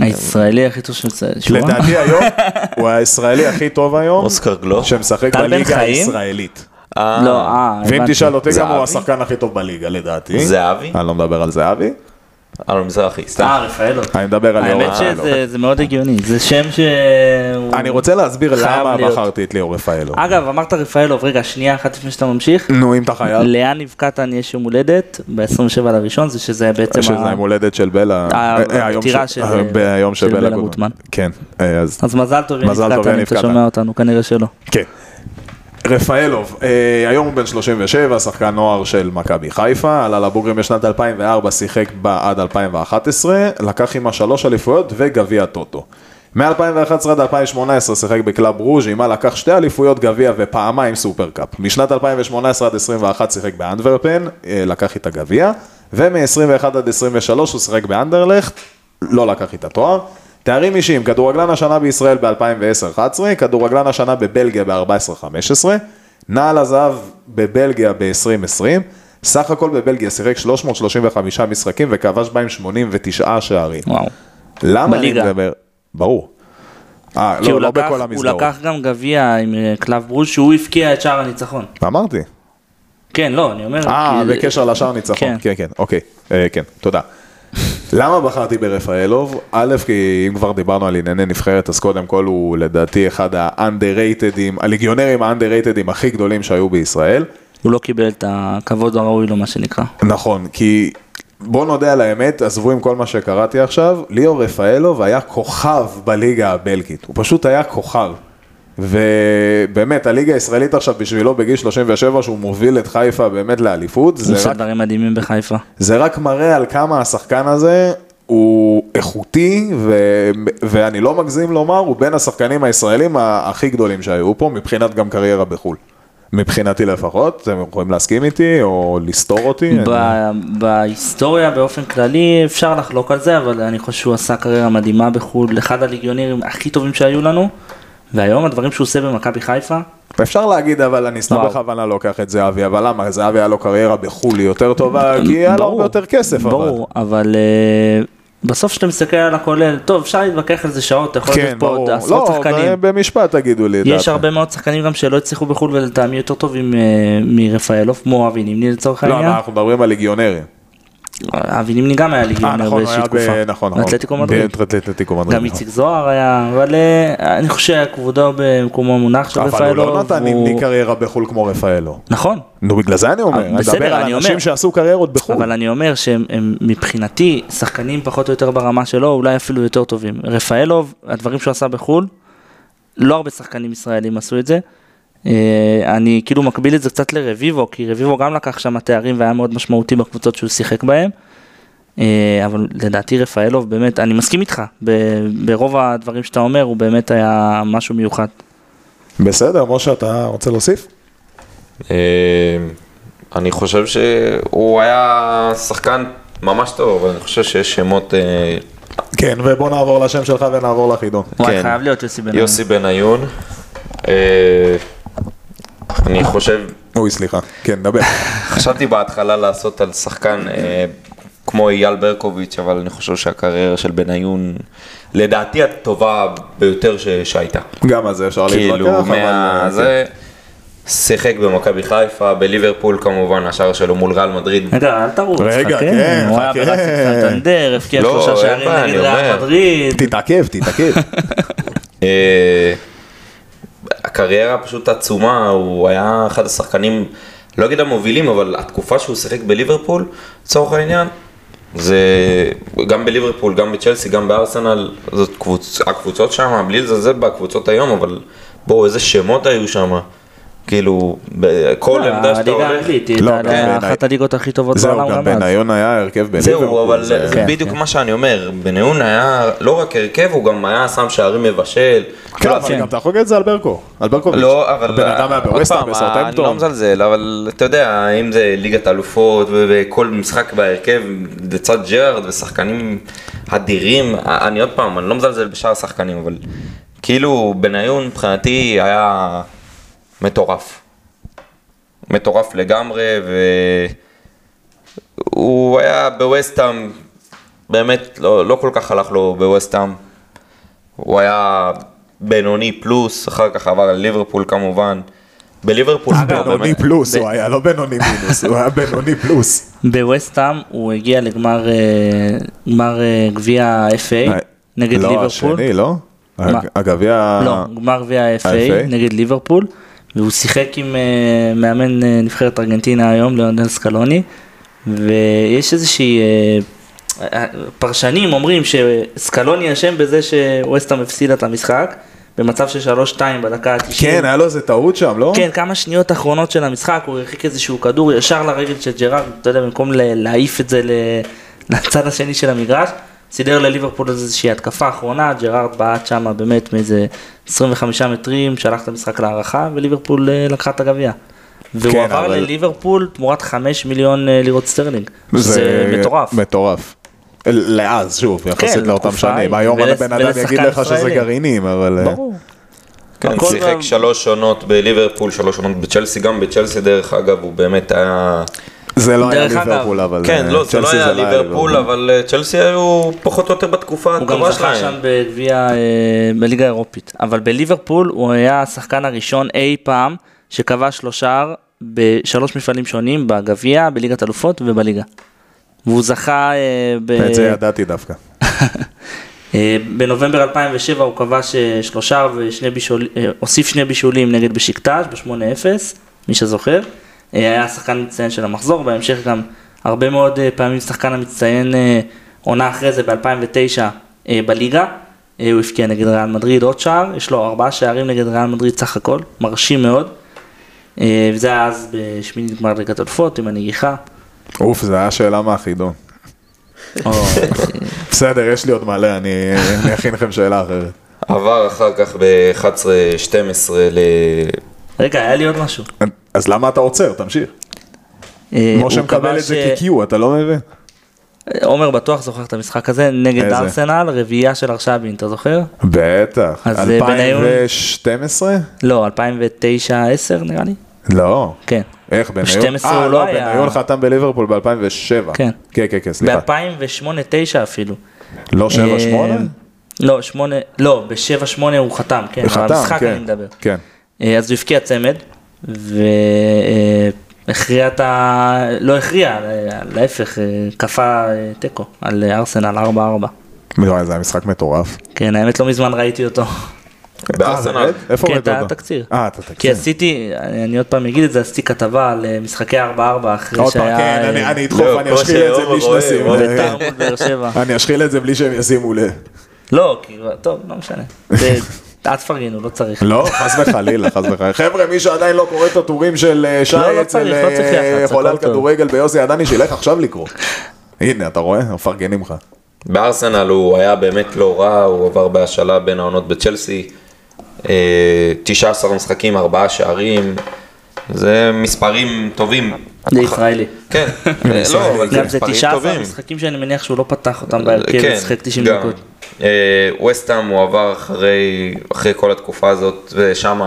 S2: הישראלי הכי טוב שזה שורה.
S1: לדעתי היום, הוא הישראלי הכי טוב היום,
S3: אוסקר גלוך.
S1: שמשחק
S2: טל בן
S1: בליגה
S2: חיים?
S1: הישראלית.
S2: לא, אה,
S1: ואם
S2: הבנתי.
S1: תשאל אותי, גם
S3: זהבי?
S1: הוא השחקן הכי טוב בליגה, לדעתי.
S3: זהבי?
S1: אני לא מדבר על זהבי,
S3: אלון מזרחי, סתם.
S2: אה, רפאלו.
S1: אני לא מדבר על
S2: האמת
S1: ליאור רפאלו.
S2: שזה זה מאוד הגיוני, זה שם ש...
S1: אני רוצה להסביר
S2: חייב
S1: למה
S2: להיות. אה,
S1: בחרתי את ליאור רפאלו.
S2: אגב, אמרת רפאלוב, רגע, שנייה אחת לפני שאתה ממשיך.
S1: נו, אם אתה חייב,
S2: לאן נבקעתן יש יום הולדת ב-27 לראשון, זה שזה בעצם...
S1: שזה
S2: ה-
S1: היום הולדת של בלה,
S2: ה-
S1: אה, אה, היום
S2: הפטירה
S1: ש-
S2: של-
S1: אה, ביום
S2: של
S1: שבלה
S2: בלה גוטמן.
S1: כן, אה, אז
S2: אז מזל טוב,
S1: מזל
S2: יניב
S1: טוב,
S2: קטן, אם
S1: יניב
S2: אתה
S1: קטן.
S2: שומע אותנו, כנראה שלא.
S1: כן. רפאלוב, אה, היום הוא בן 37, שחקן נוער של מכבי חיפה, עלה לבוגרים בשנת 2004, שיחק בה עד 2011, לקח עימה שלוש אליפויות וגביע טוטו. מ-2011 עד 2018 שיחק בקלאב רוז' עימה לקח שתי אליפויות גביע ופעמיים סופרקאפ. משנת 2018 עד 21 שיחק באנדברפן, אה, לקח איתה גביע, ומ-21 עד 23 הוא שיחק באנדרלכט, לא לקח איתה תואר. תארים אישיים, כדורגלן השנה בישראל ב-2010-2011, כדורגלן השנה בבלגיה ב-14-15, נעל הזהב בבלגיה ב-2020, סך הכל בבלגיה שיחק 335 משחקים וכבש בהם 89 שערים.
S2: וואו.
S1: למה אני
S2: בליגה.
S1: מדבר? ברור. אה,
S2: כי
S1: לא,
S2: הוא
S1: לא
S2: לקח-
S1: בכל
S2: הוא
S1: המסגרות.
S2: לקח גם גביע עם אה, קלף ברוז' שהוא הבקיע את שער הניצחון.
S1: אמרתי.
S2: כן, לא, אני אומר...
S1: אה,
S2: כי-
S1: בקשר לשער ניצחון.
S2: כן.
S1: כן, כן, אוקיי. אה, כן, תודה. למה בחרתי ברפאלוב? א', כי אם כבר דיברנו על ענייני נבחרת, אז קודם כל הוא לדעתי אחד האנדררייטדים, הליגיונרים האנדררייטדים הכי גדולים שהיו בישראל.
S2: הוא לא קיבל את הכבוד הראוי לו, מה שנקרא.
S1: נכון, כי בוא נודה על האמת, עזבו עם כל מה שקראתי עכשיו, ליאור רפאלוב היה כוכב בליגה הבלגית, הוא פשוט היה כוכב. ובאמת, הליגה הישראלית עכשיו בשבילו בגיל 37, שהוא מוביל את חיפה באמת לאליפות,
S2: הוא
S1: זה
S2: עושה
S1: רק,
S2: דברים מדהימים בחיפה.
S1: זה רק מראה על כמה השחקן הזה הוא איכותי, ו, ואני לא מגזים לומר, הוא בין השחקנים הישראלים ה- הכי גדולים שהיו פה, מבחינת גם קריירה בחו"ל. מבחינתי לפחות, אתם יכולים להסכים איתי או לסתור אותי. אני-
S2: ב- בהיסטוריה באופן כללי אפשר לחלוק על זה, אבל אני חושב שהוא עשה קריירה מדהימה בחו"ל, אחד הליגיונרים הכי טובים שהיו לנו, והיום הדברים שהוא עושה במכבי חיפה,
S1: אפשר להגיד, אבל אני סתם
S2: וואו.
S1: בכוונה לוקח את זהבי, אבל למה? זהבי היה לו קריירה בחו"ל היא יותר טובה, כי היה לו הרבה יותר כסף, אבל.
S2: ברור, אבל אה, בסוף כשאתה מסתכל על הכולל, טוב אפשר להתווכח על זה שעות, אתה יכול
S1: כן,
S2: לתת פה עוד
S1: ברור.
S2: עשרות
S1: לא,
S2: שחקנים,
S1: ב- במשפט תגידו לי את
S2: יש
S1: דעתכם.
S2: הרבה מאוד שחקנים גם שלא הצליחו בחו"ל ולטעמי יותר טובים אה, מרפאלוף, כמו אבי נימני לצורך
S1: לא,
S2: העניין,
S1: אנחנו מדברים על ליגיונרים.
S2: אבי נימני גם היה
S1: אה,
S2: ליגיונר
S1: נכון, הוא
S2: באיזושהי
S1: היה
S2: תקופה,
S1: ב... נכון, נכון.
S2: באתלטיקו מדריד.
S1: ב- אתלטיקו מדריד. נכון.
S2: גם איציק זוהר היה, אבל אה, אני חושב שכבודו במקומו מונח של
S1: נכון. אבל הוא
S2: רפאלוב.
S1: לא נתן נמני קריירה בחו"ל כמו רפאלו.
S2: נכון,
S1: נו, בגלל זה אני אומר.
S2: אה,
S1: אני
S2: בסדר,
S1: מדבר על
S2: אני
S1: אנשים
S2: אומר.
S1: שעשו קריירות בחו"ל.
S2: אבל אני אומר שהם הם מבחינתי שחקנים פחות או יותר ברמה שלו, אולי אפילו יותר טובים. רפאלוב, הדברים שהוא עשה בחו"ל, לא הרבה שחקנים ישראלים עשו את זה. אה, אני כאילו מקביל את זה קצת לרביבו, כי רביבו גם לקח שם תארים והיה מאוד משמעותי בקבוצות שהוא שיחק בהן. אה, אבל לדעתי רפאלוב באמת, אני מסכים איתך, ב- ברוב הדברים שאתה אומר הוא באמת היה משהו מיוחד.
S1: בסדר, משה, אתה רוצה להוסיף?
S3: אה, אני חושב שהוא היה שחקן ממש טוב, אבל אני חושב שיש שמות אה,
S1: כן, ובוא נעבור לשם שלך ונעבור לחידון.
S2: וואי,
S3: כן.
S2: חייב להיות יוסי בן
S3: יוסי בניון. אה, אני חושב,
S1: אוי, סליחה. כן,
S3: [LAUGHS]
S1: דבר.
S3: חשבתי בהתחלה לעשות על שחקן אה, כמו אייל ברקוביץ', אבל אני חושב שהקריירה של בניון, לדעתי הטובה ביותר ש- שהייתה.
S1: גם על זה אפשר להתווכח,
S3: כאילו, מה...
S1: כן. אבל... אה,
S3: זה... שיחק במכבי חיפה, בליברפול כמובן, השער שלו מול ריאל מדריד.
S2: רגע, אל תרוץ,
S1: רגע,
S2: חכה,
S1: כן,
S2: הוא היה
S1: חכה.
S2: ברצף סנטנדר, הבקיע
S3: לא,
S2: שלושה
S3: אין
S2: שערים
S3: בעיה,
S2: נגד
S3: אני
S2: ריאל
S3: אומר.
S2: מדריד.
S1: כן. תתעכב,
S3: [LAUGHS]
S1: תתעכב.
S3: אה, הקריירה פשוט עצומה, הוא היה אחד השחקנים, לא אגיד המובילים, אבל התקופה שהוא שיחק בליברפול, לצורך העניין, זה גם בליברפול, גם בצ'לסי, גם בארסנל, זאת קבוצ... הקבוצות שם, בלי לזלזל בקבוצות היום, אבל בואו, איזה שמות היו שם, כאילו, בכל עמדה שאתה
S2: לא, הליגה
S3: הולך.
S2: האנגלית, אה, היא
S1: לא,
S2: הייתה
S1: כן,
S2: אחת
S1: בעיניי.
S2: הליגות הכי טובות
S1: זהו,
S2: בעולם
S1: גם
S2: גם אז.
S1: בניון היה הרכב בליברפול.
S3: זהו, אבל
S1: זה-
S3: זה
S2: כן,
S3: בדיוק
S2: כן.
S3: מה שאני אומר, בניון היה לא רק הרכב, הוא גם היה שם שערים מבשל.
S1: כן,
S3: לא,
S1: אבל גם אתה חוגג את זה על ברקו. על ברקו.
S3: לא, אבל...
S1: הבן אדם היה
S3: עוד
S1: בווסטהאם,
S3: פעם, אני לא
S1: בסרטמפטון.
S3: מזלזל, אבל אתה יודע, אם זה ליגת אלופות ו- וכל משחק בהרכב לצד ג'רארד ושחקנים אדירים, אני עוד פעם, אני לא מזלזל בשאר השחקנים, אבל כאילו בניון מבחינתי היה מטורף. מטורף לגמרי, והוא היה בווסטהאם, באמת לא, לא כל כך הלך לו בווסטהאם. הוא היה בינוני פלוס, אחר כך עבר לליברפול כמובן. בליברפול, לא,
S1: בינוני
S3: באמת.
S1: פלוס הוא היה, לא בינוני מינוס, הוא היה בינוני פלוס.
S2: בווסטהאם הוא הגיע לגמר אה, גמר אה, גביע FA אה, נגד
S1: לא,
S2: ליברפול.
S1: השני, לא?
S2: מה?
S1: הגביע...
S2: לא, גמר גביע
S1: ה-FA?
S2: FA נגד ליברפול, והוא שיחק עם אה, מאמן אה, נבחרת ארגנטינה היום, ליאונדל סקלוני, ויש איזושהי... אה, אה, פרשנים אומרים שסקלוני אשם בזה שווסטהאם הפסידה את המשחק, במצב של 3-2 בדקה ה-90.
S1: כן, היה לו איזה טעות שם, לא?
S2: כן, כמה שניות אחרונות של המשחק, הוא הרחיק איזשהו כדור ישר לרגל של ג'רארד, אתה יודע, במקום ל- להעיף את זה ל- [LAUGHS] לצד השני של המגרש, סידר לליברפול איזושהי התקפה אחרונה, ג'רארד בעט שם באמת מאיזה 25 מטרים, שלח את המשחק להערכה, וליברפול אה, לקחה את הגביע. והוא
S1: כן,
S2: עבר
S1: אבל-
S2: לליברפול תמורת 5 מיליון אה, לירות סטרלינג, שזה מטורף. כן,
S1: מטורף. לאז, שוב, יחסית לאותם
S2: לתקופה
S1: שנים.
S2: ההיא,
S1: היום
S2: ולש-
S1: הבן אדם יגיד
S2: ולשחקן
S1: לך שזה
S2: ישראלי.
S1: גרעינים, אבל... אה,
S2: ברור.
S3: כן,
S2: הכל
S3: שיחק
S2: ב-
S3: שלוש עונות בליברפול, שלוש עונות בצ'לסי, גם בצ'לסי דרך אגב, הוא באמת היה...
S1: זה לא היה
S2: דרך אגב,
S1: ליברפול, אבל...
S3: כן,
S1: אה,
S3: לא, זה לא
S1: צ'לסי
S3: היה ליברפול, אבל אה, צ'לסי היו פחות או יותר בתקופה
S2: הוא גם
S3: הטובה
S2: זכה
S3: שלהם.
S2: שם בגביע, אה, בליגה האירופית. אבל בליברפול הוא היה השחקן הראשון אי פעם שקבע שלושה בשלוש מפעלים שונים, בגביע, בליגת אלופות ובליגה. והוא זכה אה, ב...
S1: את זה ידעתי דווקא.
S2: אה, בנובמבר 2007 הוא כבש אה, שלושה ושני בישולים, הוסיף שני בישולים נגד בשיקטש ב-8-0, מי שזוכר. אה, היה השחקן המצטיין של המחזור, בהמשך גם הרבה מאוד אה, פעמים שחקן המצטיין אה, עונה אחרי זה ב-2009 בליגה. אה, הוא הבקיע נגד ריאל מדריד עוד שער, יש לו ארבעה שערים נגד ריאל מדריד סך הכל, מרשים מאוד. אה, וזה היה אז בשמינית גמר ליגת אלופות עם הנגיחה.
S1: אוף, זה היה שאלה מהחידון.
S2: או,
S1: בסדר, יש לי עוד מלא, אני אני אכין לכם שאלה אחרת.
S3: עבר אחר כך ב-11-12 ל...
S2: רגע, היה לי עוד משהו.
S1: אז למה אתה עוצר? תמשיך.
S2: אה,
S1: משה
S2: הוא
S1: מקבל את
S2: כבש,
S1: זה
S2: אה,
S1: כ-Q, אתה לא מבין?
S2: עומר בטוח זוכר את המשחק הזה, נגד
S1: איזה?
S2: ארסנל, רביעייה של ארשבין, אתה זוכר?
S1: בטח.
S2: אז, אה, בניון-
S1: 2012?
S2: לא, 2009-10 נראה לי?
S1: לא.
S2: כן.
S1: איך בניון?
S2: 12 הוא
S1: אה,
S2: לא
S1: לא,
S2: היה.
S1: בניון חתם בליברפול ב-2007.
S2: כן.
S1: כן, כן, כן, סליחה.
S2: ב-2008-9 אפילו.
S1: לא 7-8?
S2: אה, לא, 8, לא, ב-7-8 הוא חתם, כן,
S1: חתם,
S2: על המשחק
S1: כן.
S2: אני מדבר.
S1: כן.
S2: אה, אז הוא הבקיע צמד, והכריע את ה... לא הכריע, אה, להפך, אה, כפה אה, תיקו על אה, ארסנל 4-4.
S1: לא, זה היה משחק מטורף.
S2: כן, האמת לא מזמן ראיתי אותו.
S1: אה,
S3: בארסנל.
S1: באמת? איפה
S2: כן,
S1: ראית
S2: את
S1: אותו?
S2: התקציר.
S1: אה, את
S2: כי
S1: התקציר.
S2: עשיתי, אני אני עוד פעם אגיד את זה, עשיתי כתבה על אה, משחקי 4-4 אחרי
S1: עוד פעם,
S2: שהיה...
S1: כן, אני-
S2: אה,
S1: אני אדחוף,
S3: לא,
S1: אני
S3: כמו
S1: אשחיל את זה
S3: שאור
S1: בלי
S3: רואה,
S1: שנשים.
S3: הוא
S1: אה,
S2: בית"ר מול באר שבע.
S1: אני אשחיל את זה בלי שהם ישימו לב.
S2: לא, כי כבר- טוב, לא משנה. זה- אל תפרגנו, לא צריך.
S1: לא, חס וחלילה, חס וחלילה. חבר'ה, מי שעדיין לא קורא את הטורים של אה, שי
S2: לא, לא
S1: אצל
S2: צריך, לא צריך
S1: אה,
S2: לחץ,
S1: חולל
S2: הכל טוב.
S1: כדורגל ביוסי עדני, שילך עכשיו לקרוא. הנה, אתה רואה? מפרגנים לך.
S3: בארסנל הוא היה באמת לא רע, הוא עבר בהשאלה בין העונות בצ'לסי. אה, 19 משחקים, 4 שערים, זה מספרים טובים.
S2: [LAUGHS] זה ישראלי. [LAUGHS]
S3: כן, אה, לא, אבל זה
S2: גם זה
S3: מספרים
S2: 19
S3: טובים.
S2: משחקים שאני מניח שהוא לא פתח אותם בהרכב,
S3: כן,
S2: הוא שיחק 90
S3: גם.
S2: דקות.
S3: אה, ווסטהאם הוא עבר אחרי, אחרי כל התקופה הזאת, ושם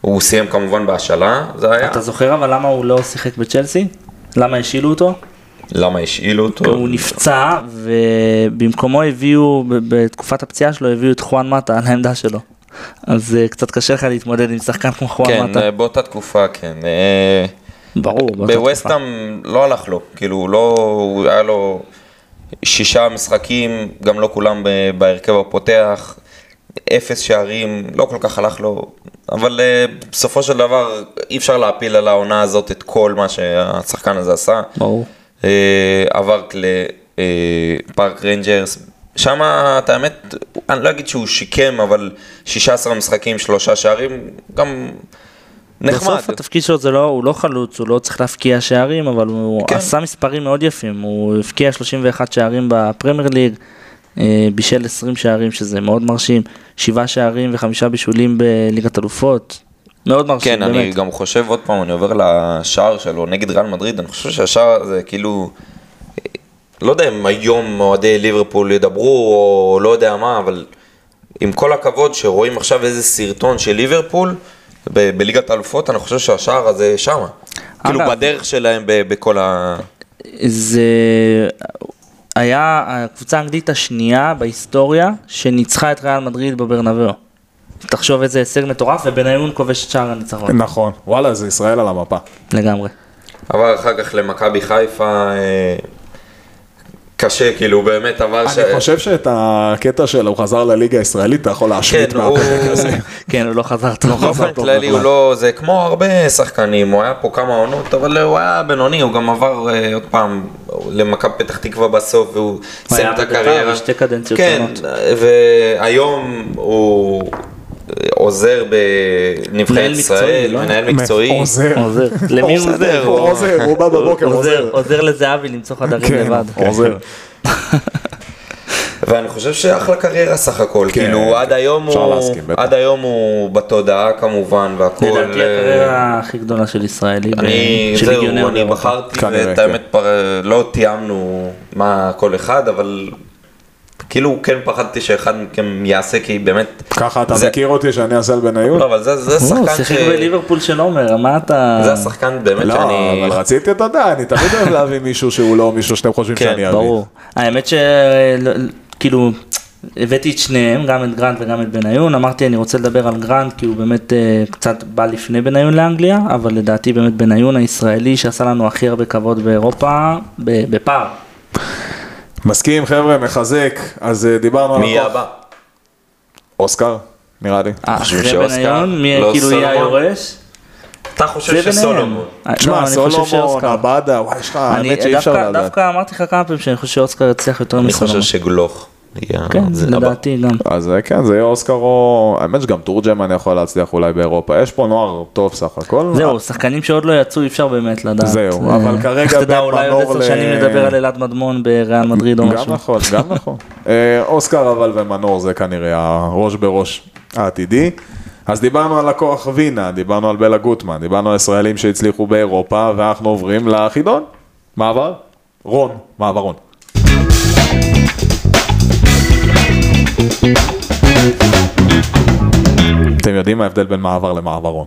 S3: הוא סיים כמובן בהשאלה, זה היה.
S2: אתה זוכר אבל למה הוא לא שיחק בצ'לסי? למה השאילו אותו?
S3: למה השאילו אותו?
S2: כן, הוא נפצע ובמקומו הביאו, ב- בתקופת הפציעה שלו הביאו את חואן מטה על העמדה שלו. אז אה, קצת קשה לך להתמודד עם שחקן כמו חואן
S3: כן,
S2: מטה.
S3: אה, באותה תקופה, כן. אה,
S2: ברור. באותה תקופה.
S3: בווסטהאם לא הלך לו, כאילו הוא לא, הוא היה לו שישה משחקים, גם לא כולם ב- בהרכב הפותח, אפס שערים, לא כל כך הלך לו, אבל אה, בסופו של דבר אי אפשר להפיל על העונה הזאת את כל מה שהשחקן הזה עשה.
S2: ברור.
S3: אה, עבר לפארק ריינג'רס, שם את האמת, אני לא אגיד שהוא שיקם, אבל 16 משחקים, שלושה שערים, גם נחמד.
S2: בסוף התפקיד שלו זה לא, הוא לא חלוץ, הוא לא צריך להפקיע שערים, אבל הוא
S3: כן.
S2: עשה מספרים מאוד יפים, הוא הבקיע 31 שערים בפרמייר ליג, אה, בישל 20 שערים שזה מאוד מרשים, 7 שערים וחמישה בישולים בליגת אלופות, מאוד מרשים,
S3: כן,
S2: באמת.
S3: אני גם חושב, עוד פעם, אני עובר לשער שלו נגד ריאל מדריד, אני חושב שהשער הזה כאילו, לא יודע אם היום אוהדי ליברפול ידברו או לא יודע מה, אבל עם כל הכבוד שרואים עכשיו איזה סרטון של ליברפול ב- בליגת האלופות, אני חושב שהשער הזה שמה. כאילו
S2: אגב.
S3: בדרך שלהם ב- בכל ה...
S2: זה היה הקבוצה האנגלית השנייה בהיסטוריה שניצחה את ריאל מדריד בברנבאו. תחשוב איזה הישג מטורף, ובניון כובש את שער הניצחון,
S1: נכון. וואלה, זה ישראל על המפה.
S2: לגמרי.
S3: עבר אחר כך למכבי חיפה, אה, קשה, כאילו, באמת עבר ש...
S1: אני חושב שאת הקטע שלו, הוא חזר לליגה הישראלית, אתה יכול
S3: כן,
S1: להשמיט
S3: הוא...
S1: מהפרק הזה.
S2: כן, הוא לא חזר טוב.
S3: באופן
S1: טוב
S3: כללי הוא
S1: בכלל.
S3: לא, זה כמו הרבה שחקנים, הוא היה פה כמה עונות, אבל הוא היה בינוני, הוא גם עבר אה, עוד פעם למכבי פתח תקווה בסוף, והוא
S2: הוא
S3: סיים
S2: היה
S3: את
S2: בביתר
S3: הקריירה.
S2: בשתי קדנציות
S3: כן,
S2: שונות.
S3: והיום הוא אה, עוזר בנבחרת
S2: מנהל מקצועי,
S3: ישראל,
S2: לא?
S3: מנהל
S1: [LAUGHS]
S3: מקצועי.
S1: עוזר.
S2: עוזר. למי הוא עוזר?
S1: הוא עוזר, הוא בא בבוקר,
S2: עוזר,
S1: עוזר.
S2: עוזר לזהבי למצוא חדרים
S1: כן,
S2: לבד.
S1: עוזר.
S3: ואני חושב שאחלה קריירה סך הכל,
S1: כן,
S3: כאילו עד היום
S1: אפשר
S3: הוא,
S1: להסכים, בטח.
S3: עד היום הוא בתודעה כמובן והכל.
S2: לדעתי
S3: אה,
S2: הקריירה הכי גדולה של ישראלי,
S3: אני,
S2: ו- של
S3: זהו,
S2: ליגיונר.
S3: אני
S2: באירופה.
S3: בחרתי,
S1: כנראה,
S3: ואת
S1: כן.
S3: האמת פר- לא תיאמנו מה כל אחד, אבל כאילו כן פחדתי שאחד מכם יעשה, כי באמת,
S1: ככה אתה
S3: זה-
S1: מכיר אותי שאני אעשה לבניון?
S3: לא, אבל זה- זה
S2: הוא
S3: השחקן
S2: שיחק
S3: ש-
S2: בליברפול של עומר, מה אתה...
S3: זה השחקן באמת
S1: לא,
S3: שאני,
S1: אבל רציתי, אתה יודע, אני תמיד אוהב להביא מישהו שהוא לא מישהו שאתם חושבים
S3: כן,
S1: שאני אביא.
S2: ברור. האמת שכאילו הבאתי את שניהם, גם את גרנט וגם את בניון, אמרתי אני רוצה לדבר על גרנט כי הוא באמת אה, קצת בא לפני בניון לאנגליה, אבל לדעתי באמת בניון הישראלי שעשה לנו הכי הרבה כבוד באירופה, ב- בפער.
S1: מסכים, חבר'ה, מחזק. אז אה, דיברנו על...
S3: מי
S1: הכל.
S3: הבא?
S1: אוסקר, נראה לי.
S3: חושבים
S2: אחרי
S3: שאוסקר-
S2: בניון, מי
S3: לא
S2: כאילו יהיה
S3: סולומון?
S2: היורש?
S3: אתה
S2: זה
S3: חושב
S2: בניון.
S3: שסולומון.
S2: אה, לא,
S1: תשמע,
S2: אני חושב
S1: סולומון,
S2: שאוסקר.
S1: עבדה, וואי, יש לך,
S2: אני
S1: האמת שאי אפשר
S2: דווקא-
S1: לדעת.
S2: דווקא אמרתי לך כמה פעמים שאני חושב שאוסקר יצליח יותר
S3: אני חושב
S2: מסולומון.
S3: שגלוך. יהיה-
S2: כן,
S3: זה הבא.
S2: לדעתי גם.
S1: אז אה, כן, זה יהיה אוסקר או... האמת שגם תורג'מן יכול להצליח אולי באירופה. יש פה נוער טוב סך הכל. אה,
S2: זהו, שחקנים שעוד לא יצאו, אי אפשר באמת לדעת.
S1: זהו,
S2: אה,
S1: אבל כרגע
S2: איך תדע,
S1: בין
S2: אולי עוד
S1: מנור
S2: עשר שנים
S1: ל-
S2: נדבר על אלעד מדמון בריאל מדריד או
S1: גם
S2: לא משהו.
S1: נכון, גם
S2: [LAUGHS]
S1: נכון. אה, אוסקר אבל ומנור זה כנראה הראש בראש העתידי. אז דיברנו על לקוח וינה, דיברנו על בלה גוטמן, דיברנו על ישראלים שהצליחו באירופה, ואנחנו עוברים לחידון. מעבר? רון, מעברון. אתם יודעים מה ההבדל בין מעבר למעברון?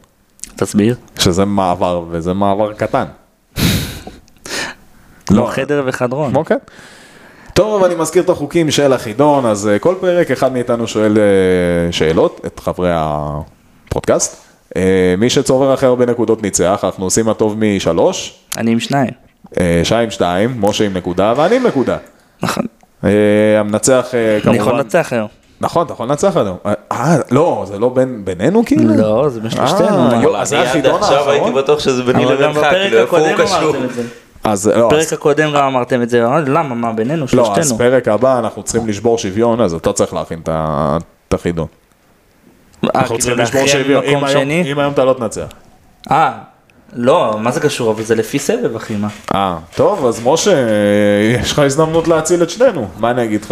S2: תסביר.
S1: שזה מעבר וזה מעבר קטן.
S2: לא, חדר וחדרון.
S1: כמו כן. טוב, אני מזכיר את החוקים של החידון, אז אה, כל פרק אחד מאיתנו שואל אה, שאלות, את חברי הפודקאסט. אה, מי שצובר הכי הרבה נקודות ניצח, אנחנו עושים הטוב משלוש,
S2: אני עם שניים.
S1: אה, שי עם שתיים, משה עם נקודה ואני עם נקודה.
S2: נכון.
S1: אה, המנצח אה,
S2: אני יכול
S1: כמובן,
S2: לנצח היום.
S1: נכון, אתה יכול לנצח היום. אה, אה, לא, זה לא בין- בינינו כאילו?
S2: לא, זה בשלושתנו.
S1: אה,
S2: מה.
S1: יו, אז זה
S3: אני עד
S1: החידון
S3: לא, עכשיו הייתי
S1: האחרון?
S3: בטוח שזה ביני
S2: אבל גם
S3: לבינך,
S2: בפרק
S3: כאילו איפה הוא
S2: הקודם
S3: קשור?
S2: אמרתם את זה.
S1: אז אה, לא, אז-
S2: בפרק הקודם גם אמרתם את זה. אמרתי, למה, מה, בינינו,
S1: לא, אז
S2: שלושתנו. אה,
S1: פרק הבא אנחנו צריכים לשבור שוויון, אז אתה צריך להכין את ה- את החידון.
S2: אה,
S1: אנחנו
S2: כאילו
S1: צריכים לשמור
S2: להכריע
S1: שוויון. אם
S2: ממקום
S1: היום-
S2: שני?
S1: אם היום אתה לא תנצח.
S2: אה, לא, מה זה קשור? אבל זה לפי סבב, אחי, מה?
S1: אה, טוב, אז משה, יש לך הזדמנות להציל את שנינו, מה אני אגיד לך?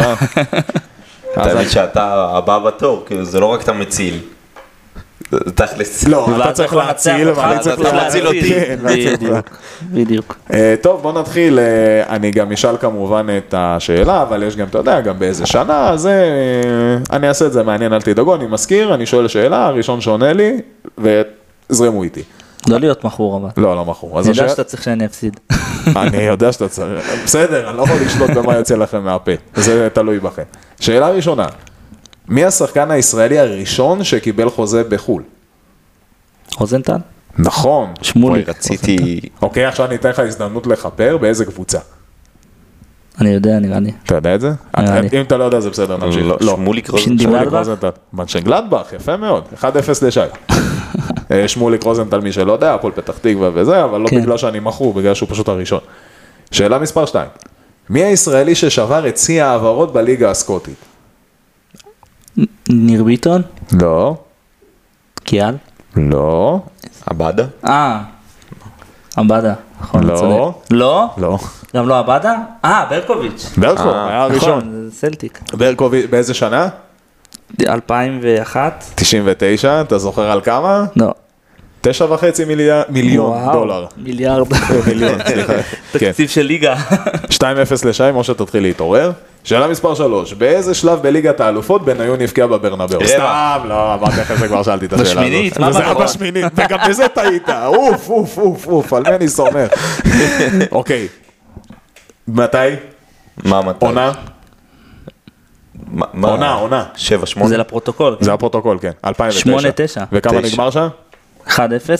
S1: אז
S3: תמיד
S1: אני-
S3: שאתה הבא בתור, כאילו זה לא רק אתה מציל. זה תכלס.
S1: לא, אתה
S2: ואז
S1: צריך
S2: אנחנו
S1: להציל,
S2: ננצח
S1: ואני
S2: אותך,
S1: צריך
S3: אתה צריך
S1: להציל
S3: להציל
S1: אותי.
S3: אותי.
S1: כן, ואני צריך לה-
S2: בדיוק, בדיוק.
S1: אה, טוב, בוא נתחיל, אה, אני גם אשאל כמובן את השאלה, אבל יש גם, אתה יודע, גם באיזה שנה, זה, אה, אני אעשה את זה מעניין, אל תדאגו, אני מזכיר, אני שואל שאלה, הראשון שעונה לי, וזרמו איתי.
S2: לא להיות מכור אבל.
S1: לא, לא מכור. אז
S2: אני יודע
S1: השאלה-
S2: שאתה צריך שאני אפסיד. [LAUGHS]
S1: אני יודע שאתה צריך, בסדר, אני לא יכול לשלוט במה יוצא לכם מהפה, זה תלוי בכם. שאלה ראשונה, מי השחקן הישראלי הראשון שקיבל חוזה בחו"ל?
S2: רוזנטל?
S1: נכון.
S3: אוי,
S2: שמוליק.
S3: רציתי...
S1: אוקיי, עכשיו אני אתן לך הזדמנות לכפר באיזה קבוצה.
S2: אני יודע, נראה לי.
S1: אתה יודע את זה?
S2: נראה
S1: את-
S2: לי.
S1: אם אתה לא יודע זה בסדר, נמשיך.
S3: לא, שמוליק רוזנטל.
S2: שינדיבר.
S1: שמוליק
S2: גלדבך?
S1: רוזנטל. מנשנגלדבך, יפה מאוד. 1-0
S2: [LAUGHS]
S1: לשי. אה, שמוליק רוזנטל, מי שלא יודע, הפועל פתח תקווה וזה, אבל לא
S2: כן.
S1: בגלל שאני מכור, בגלל שהוא פשוט הראשון. שאלה מספר 2. מי הישראלי ששבר את שיא ההעברות בליגה הסקוטית?
S2: ניר ביטון?
S1: לא,
S2: קיאל?
S1: לא,
S3: עבדה?
S2: אה, עבדה. נכון,
S1: לא.
S2: אתה צודק. לא?
S1: לא.
S2: גם לא עבדה? אה, ברקוביץ'.
S1: ברקו,
S3: אה,
S1: היה הראשון.
S2: נכון, זה סלטיק.
S1: ברקו ב- באיזה שנה?
S2: 2001?
S1: 99, אתה זוכר על כמה?
S2: לא.
S1: 9.5 מיליאר- מיליון
S2: וואו,
S1: דולר. [LAUGHS]
S2: מיליארד. [LAUGHS]
S1: מיליון, סליחה. כן.
S2: תקציב של ליגה.
S1: 2-0 לשי, משה תתחיל להתעורר. שאלה מספר 3, באיזה שלב בליגת האלופות בניון הבקיע בברנבאו?
S3: רבע.
S1: סתם, לא, אמרתי אחרי זה כבר שאלתי את השאלה הזאת.
S2: בשמינית, מה
S1: וזה היה
S2: נכון?
S1: בשמינית, וגם בזה טעית, אוף, אוף, אוף, אוף, על מי אני
S3: [LAUGHS]
S1: סומך? אוקיי. מתי?
S3: מה המטרה?
S1: עונה?
S3: מה- מה-
S1: עונה, עונה.
S3: שבע,
S2: זה
S3: שמונה?
S2: לפרוטוקול.
S1: זה הפרוטוקול, כן, 2009.
S2: 8-9.
S1: וכמה
S3: תשע.
S1: נגמר שם?
S2: 1-0,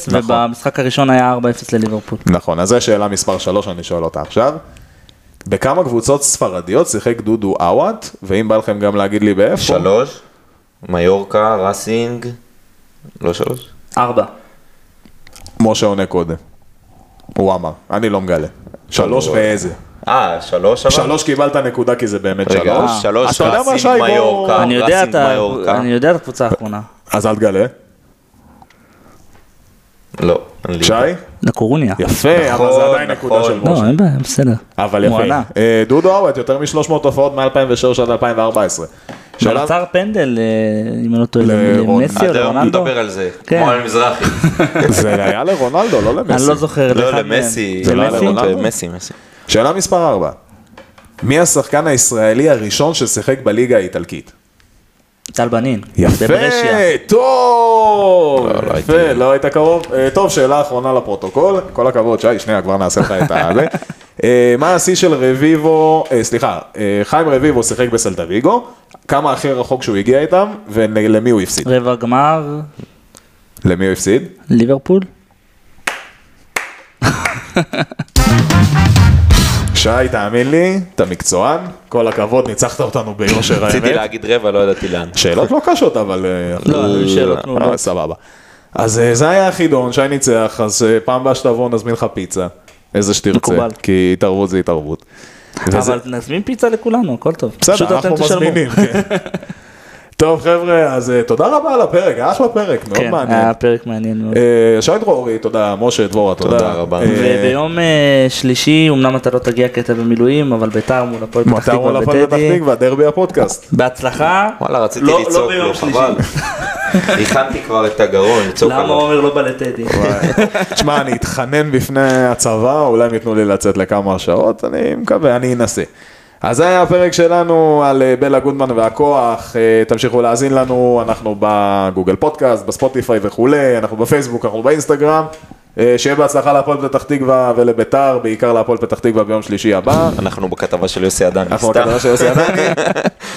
S2: ובמשחק הראשון היה 4-0 לליברפול.
S1: נכון, אז זו שאלה מספר 3, אני שואל אותה עכשיו. בכמה קבוצות ספרדיות שיחק דודו עוואט, ואם בא לכם גם להגיד לי באיפה?
S3: שלוש? מיורקה, ראסינג? לא שלוש?
S2: 4.
S1: אה, משה עונה קודם. הוא אמר, אני לא מגלה. שלוש
S3: הוא-
S1: ואיזה.
S3: אה, שלוש אבל?
S1: שלוש קיבלת נקודה כי זה באמת
S3: רגע,
S1: שלוש.
S3: אה, שלוש,
S1: אתה יודע מה,
S3: ראסינג,
S1: שי, בוא-
S3: מיורקה.
S2: אני יודע את ה-
S3: רסינג, מיורקה.
S2: אני יודע את הקבוצה האחרונה.
S1: אז אל תגלה.
S3: לא. אין לי.
S1: שי?
S2: לקורוניה.
S1: יפה, אבל
S3: נכון,
S1: זה עדיין נקודה
S3: נכון.
S1: של
S2: לא,
S1: משה.
S2: אין בעיה, בסדר.
S1: אבל
S2: הוא ענה.
S1: יפה. אה, דודו עוואט, יותר מ-300 הופעות מ-2003 עד 2014.
S2: גם
S1: שאלה-
S2: עצר פנדל, אה, אם אני לא טועה,
S1: לרון-
S2: למסי או
S3: עד היום
S2: לרונלדו?
S3: נדבר על זה.
S2: כן.
S3: כמו על מזרחי.
S1: זה היה לרונלדו, לא
S2: אני
S1: למסי.
S2: לא זוכר.
S3: לא,
S2: לאחד
S3: למסי.
S2: מהם.
S1: זה לא היה
S2: למסי?
S1: לרונלדו?
S3: מסי, מסי.
S1: שאלה מספר 4. מי השחקן הישראלי הראשון ששיחק בליגה האיטלקית?
S2: טל בנין.
S1: יפה,
S2: בברשיה.
S1: טוב,
S3: לא, לא
S1: יפה,
S3: הייתי-
S1: לא היית קרוב. אה, טוב, שאלה אחרונה לפרוטוקול, כל הכבוד, שי, שנייה, כבר נעשה לך את ה...
S3: [LAUGHS]
S1: זה. אה, מה השיא של רביבו, אה, סליחה, אה, חיים רביבו שיחק בסלטה ויגו, כמה הכי רחוק שהוא הגיע איתם, ולמי הוא הפסיד?
S2: רבע גמר,
S1: למי הוא הפסיד?
S2: ליברפול.
S1: שי, תאמין לי, אתה מקצוען, כל הכבוד, ניצחת אותנו ביושר
S3: רציתי
S1: האמת.
S3: להגיד רבע, לא ידעתי לאן.
S1: שאלות לא קשות, אבל... אה,
S2: לא,
S1: אה,
S2: היו שאלות מעולות.
S1: אה, סבבה. אז אה, זה היה החידון, שי ניצח, אז אה, פעם הבאה שתבוא נזמין לך פיצה, איזה שתרצה,
S2: מקובל.
S1: כי התערבות זה התערבות. וזה-
S2: אבל נזמין פיצה לכולנו, הכל טוב. פשוט
S1: בסדר,
S2: אתם
S1: אנחנו
S2: תשלמו.
S1: מזמינים.
S2: [LAUGHS]
S1: כן. טוב חבר'ה, אז אה, תודה רבה על הפרק, היה אחלה פרק, מאוד
S2: כן,
S1: מעניין.
S2: היה פרק מעניין מאוד.
S1: אה, שי דרורי, תודה, משה דבורה, תודה.
S3: תודה רבה.
S1: אה,
S2: וביום אה, שלישי, אמנם אתה לא תגיע כי אתה במילואים, אבל ביתר מול הפועל פתח
S1: מתי הוא
S2: תקווה
S1: לפועל פתח
S2: בטדי.
S1: תקווה, דרבי הפודקאסט.
S2: בהצלחה.
S3: וואלה, רציתי
S2: לא- לא
S3: לצעוק
S2: ביום
S3: לו,
S1: [LAUGHS]
S2: שלישי.
S3: חבל. הכנתי כבר את הגרון, לצעוק
S2: למה
S3: עליו.
S2: עומר לא בא לטדי?
S1: תשמע, אני אתחנן בפני הצבא, אולי הם ייתנו לי לצאת לכמה שעות, אני מקווה, אני אנסה. אז זה היה הפרק שלנו על אה, בלה גודמן והכוח, אה, תמשיכו להאזין לנו, אנחנו בגוגל פודקאסט, בספוטיפיי וכולי, אנחנו בפייסבוק, אנחנו באינסטגרם, אה, שיהיה בהצלחה להפועל פתח תקווה ולביתר, בעיקר להפועל פתח תקווה ביום שלישי הבא.
S3: אנחנו בכתבה של יוסי עדן,
S1: אנחנו בכתבה של יוסי עדני.
S2: [LAUGHS]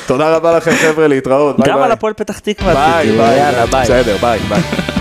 S1: תודה רבה לכם חבר'ה, להתראות, ביי ביי.
S2: גם על הפועל פתח תקווה.
S1: ביי
S2: עשיתי,
S1: ביי.
S2: יאללה, ביי.
S1: בסדר, ביי ביי.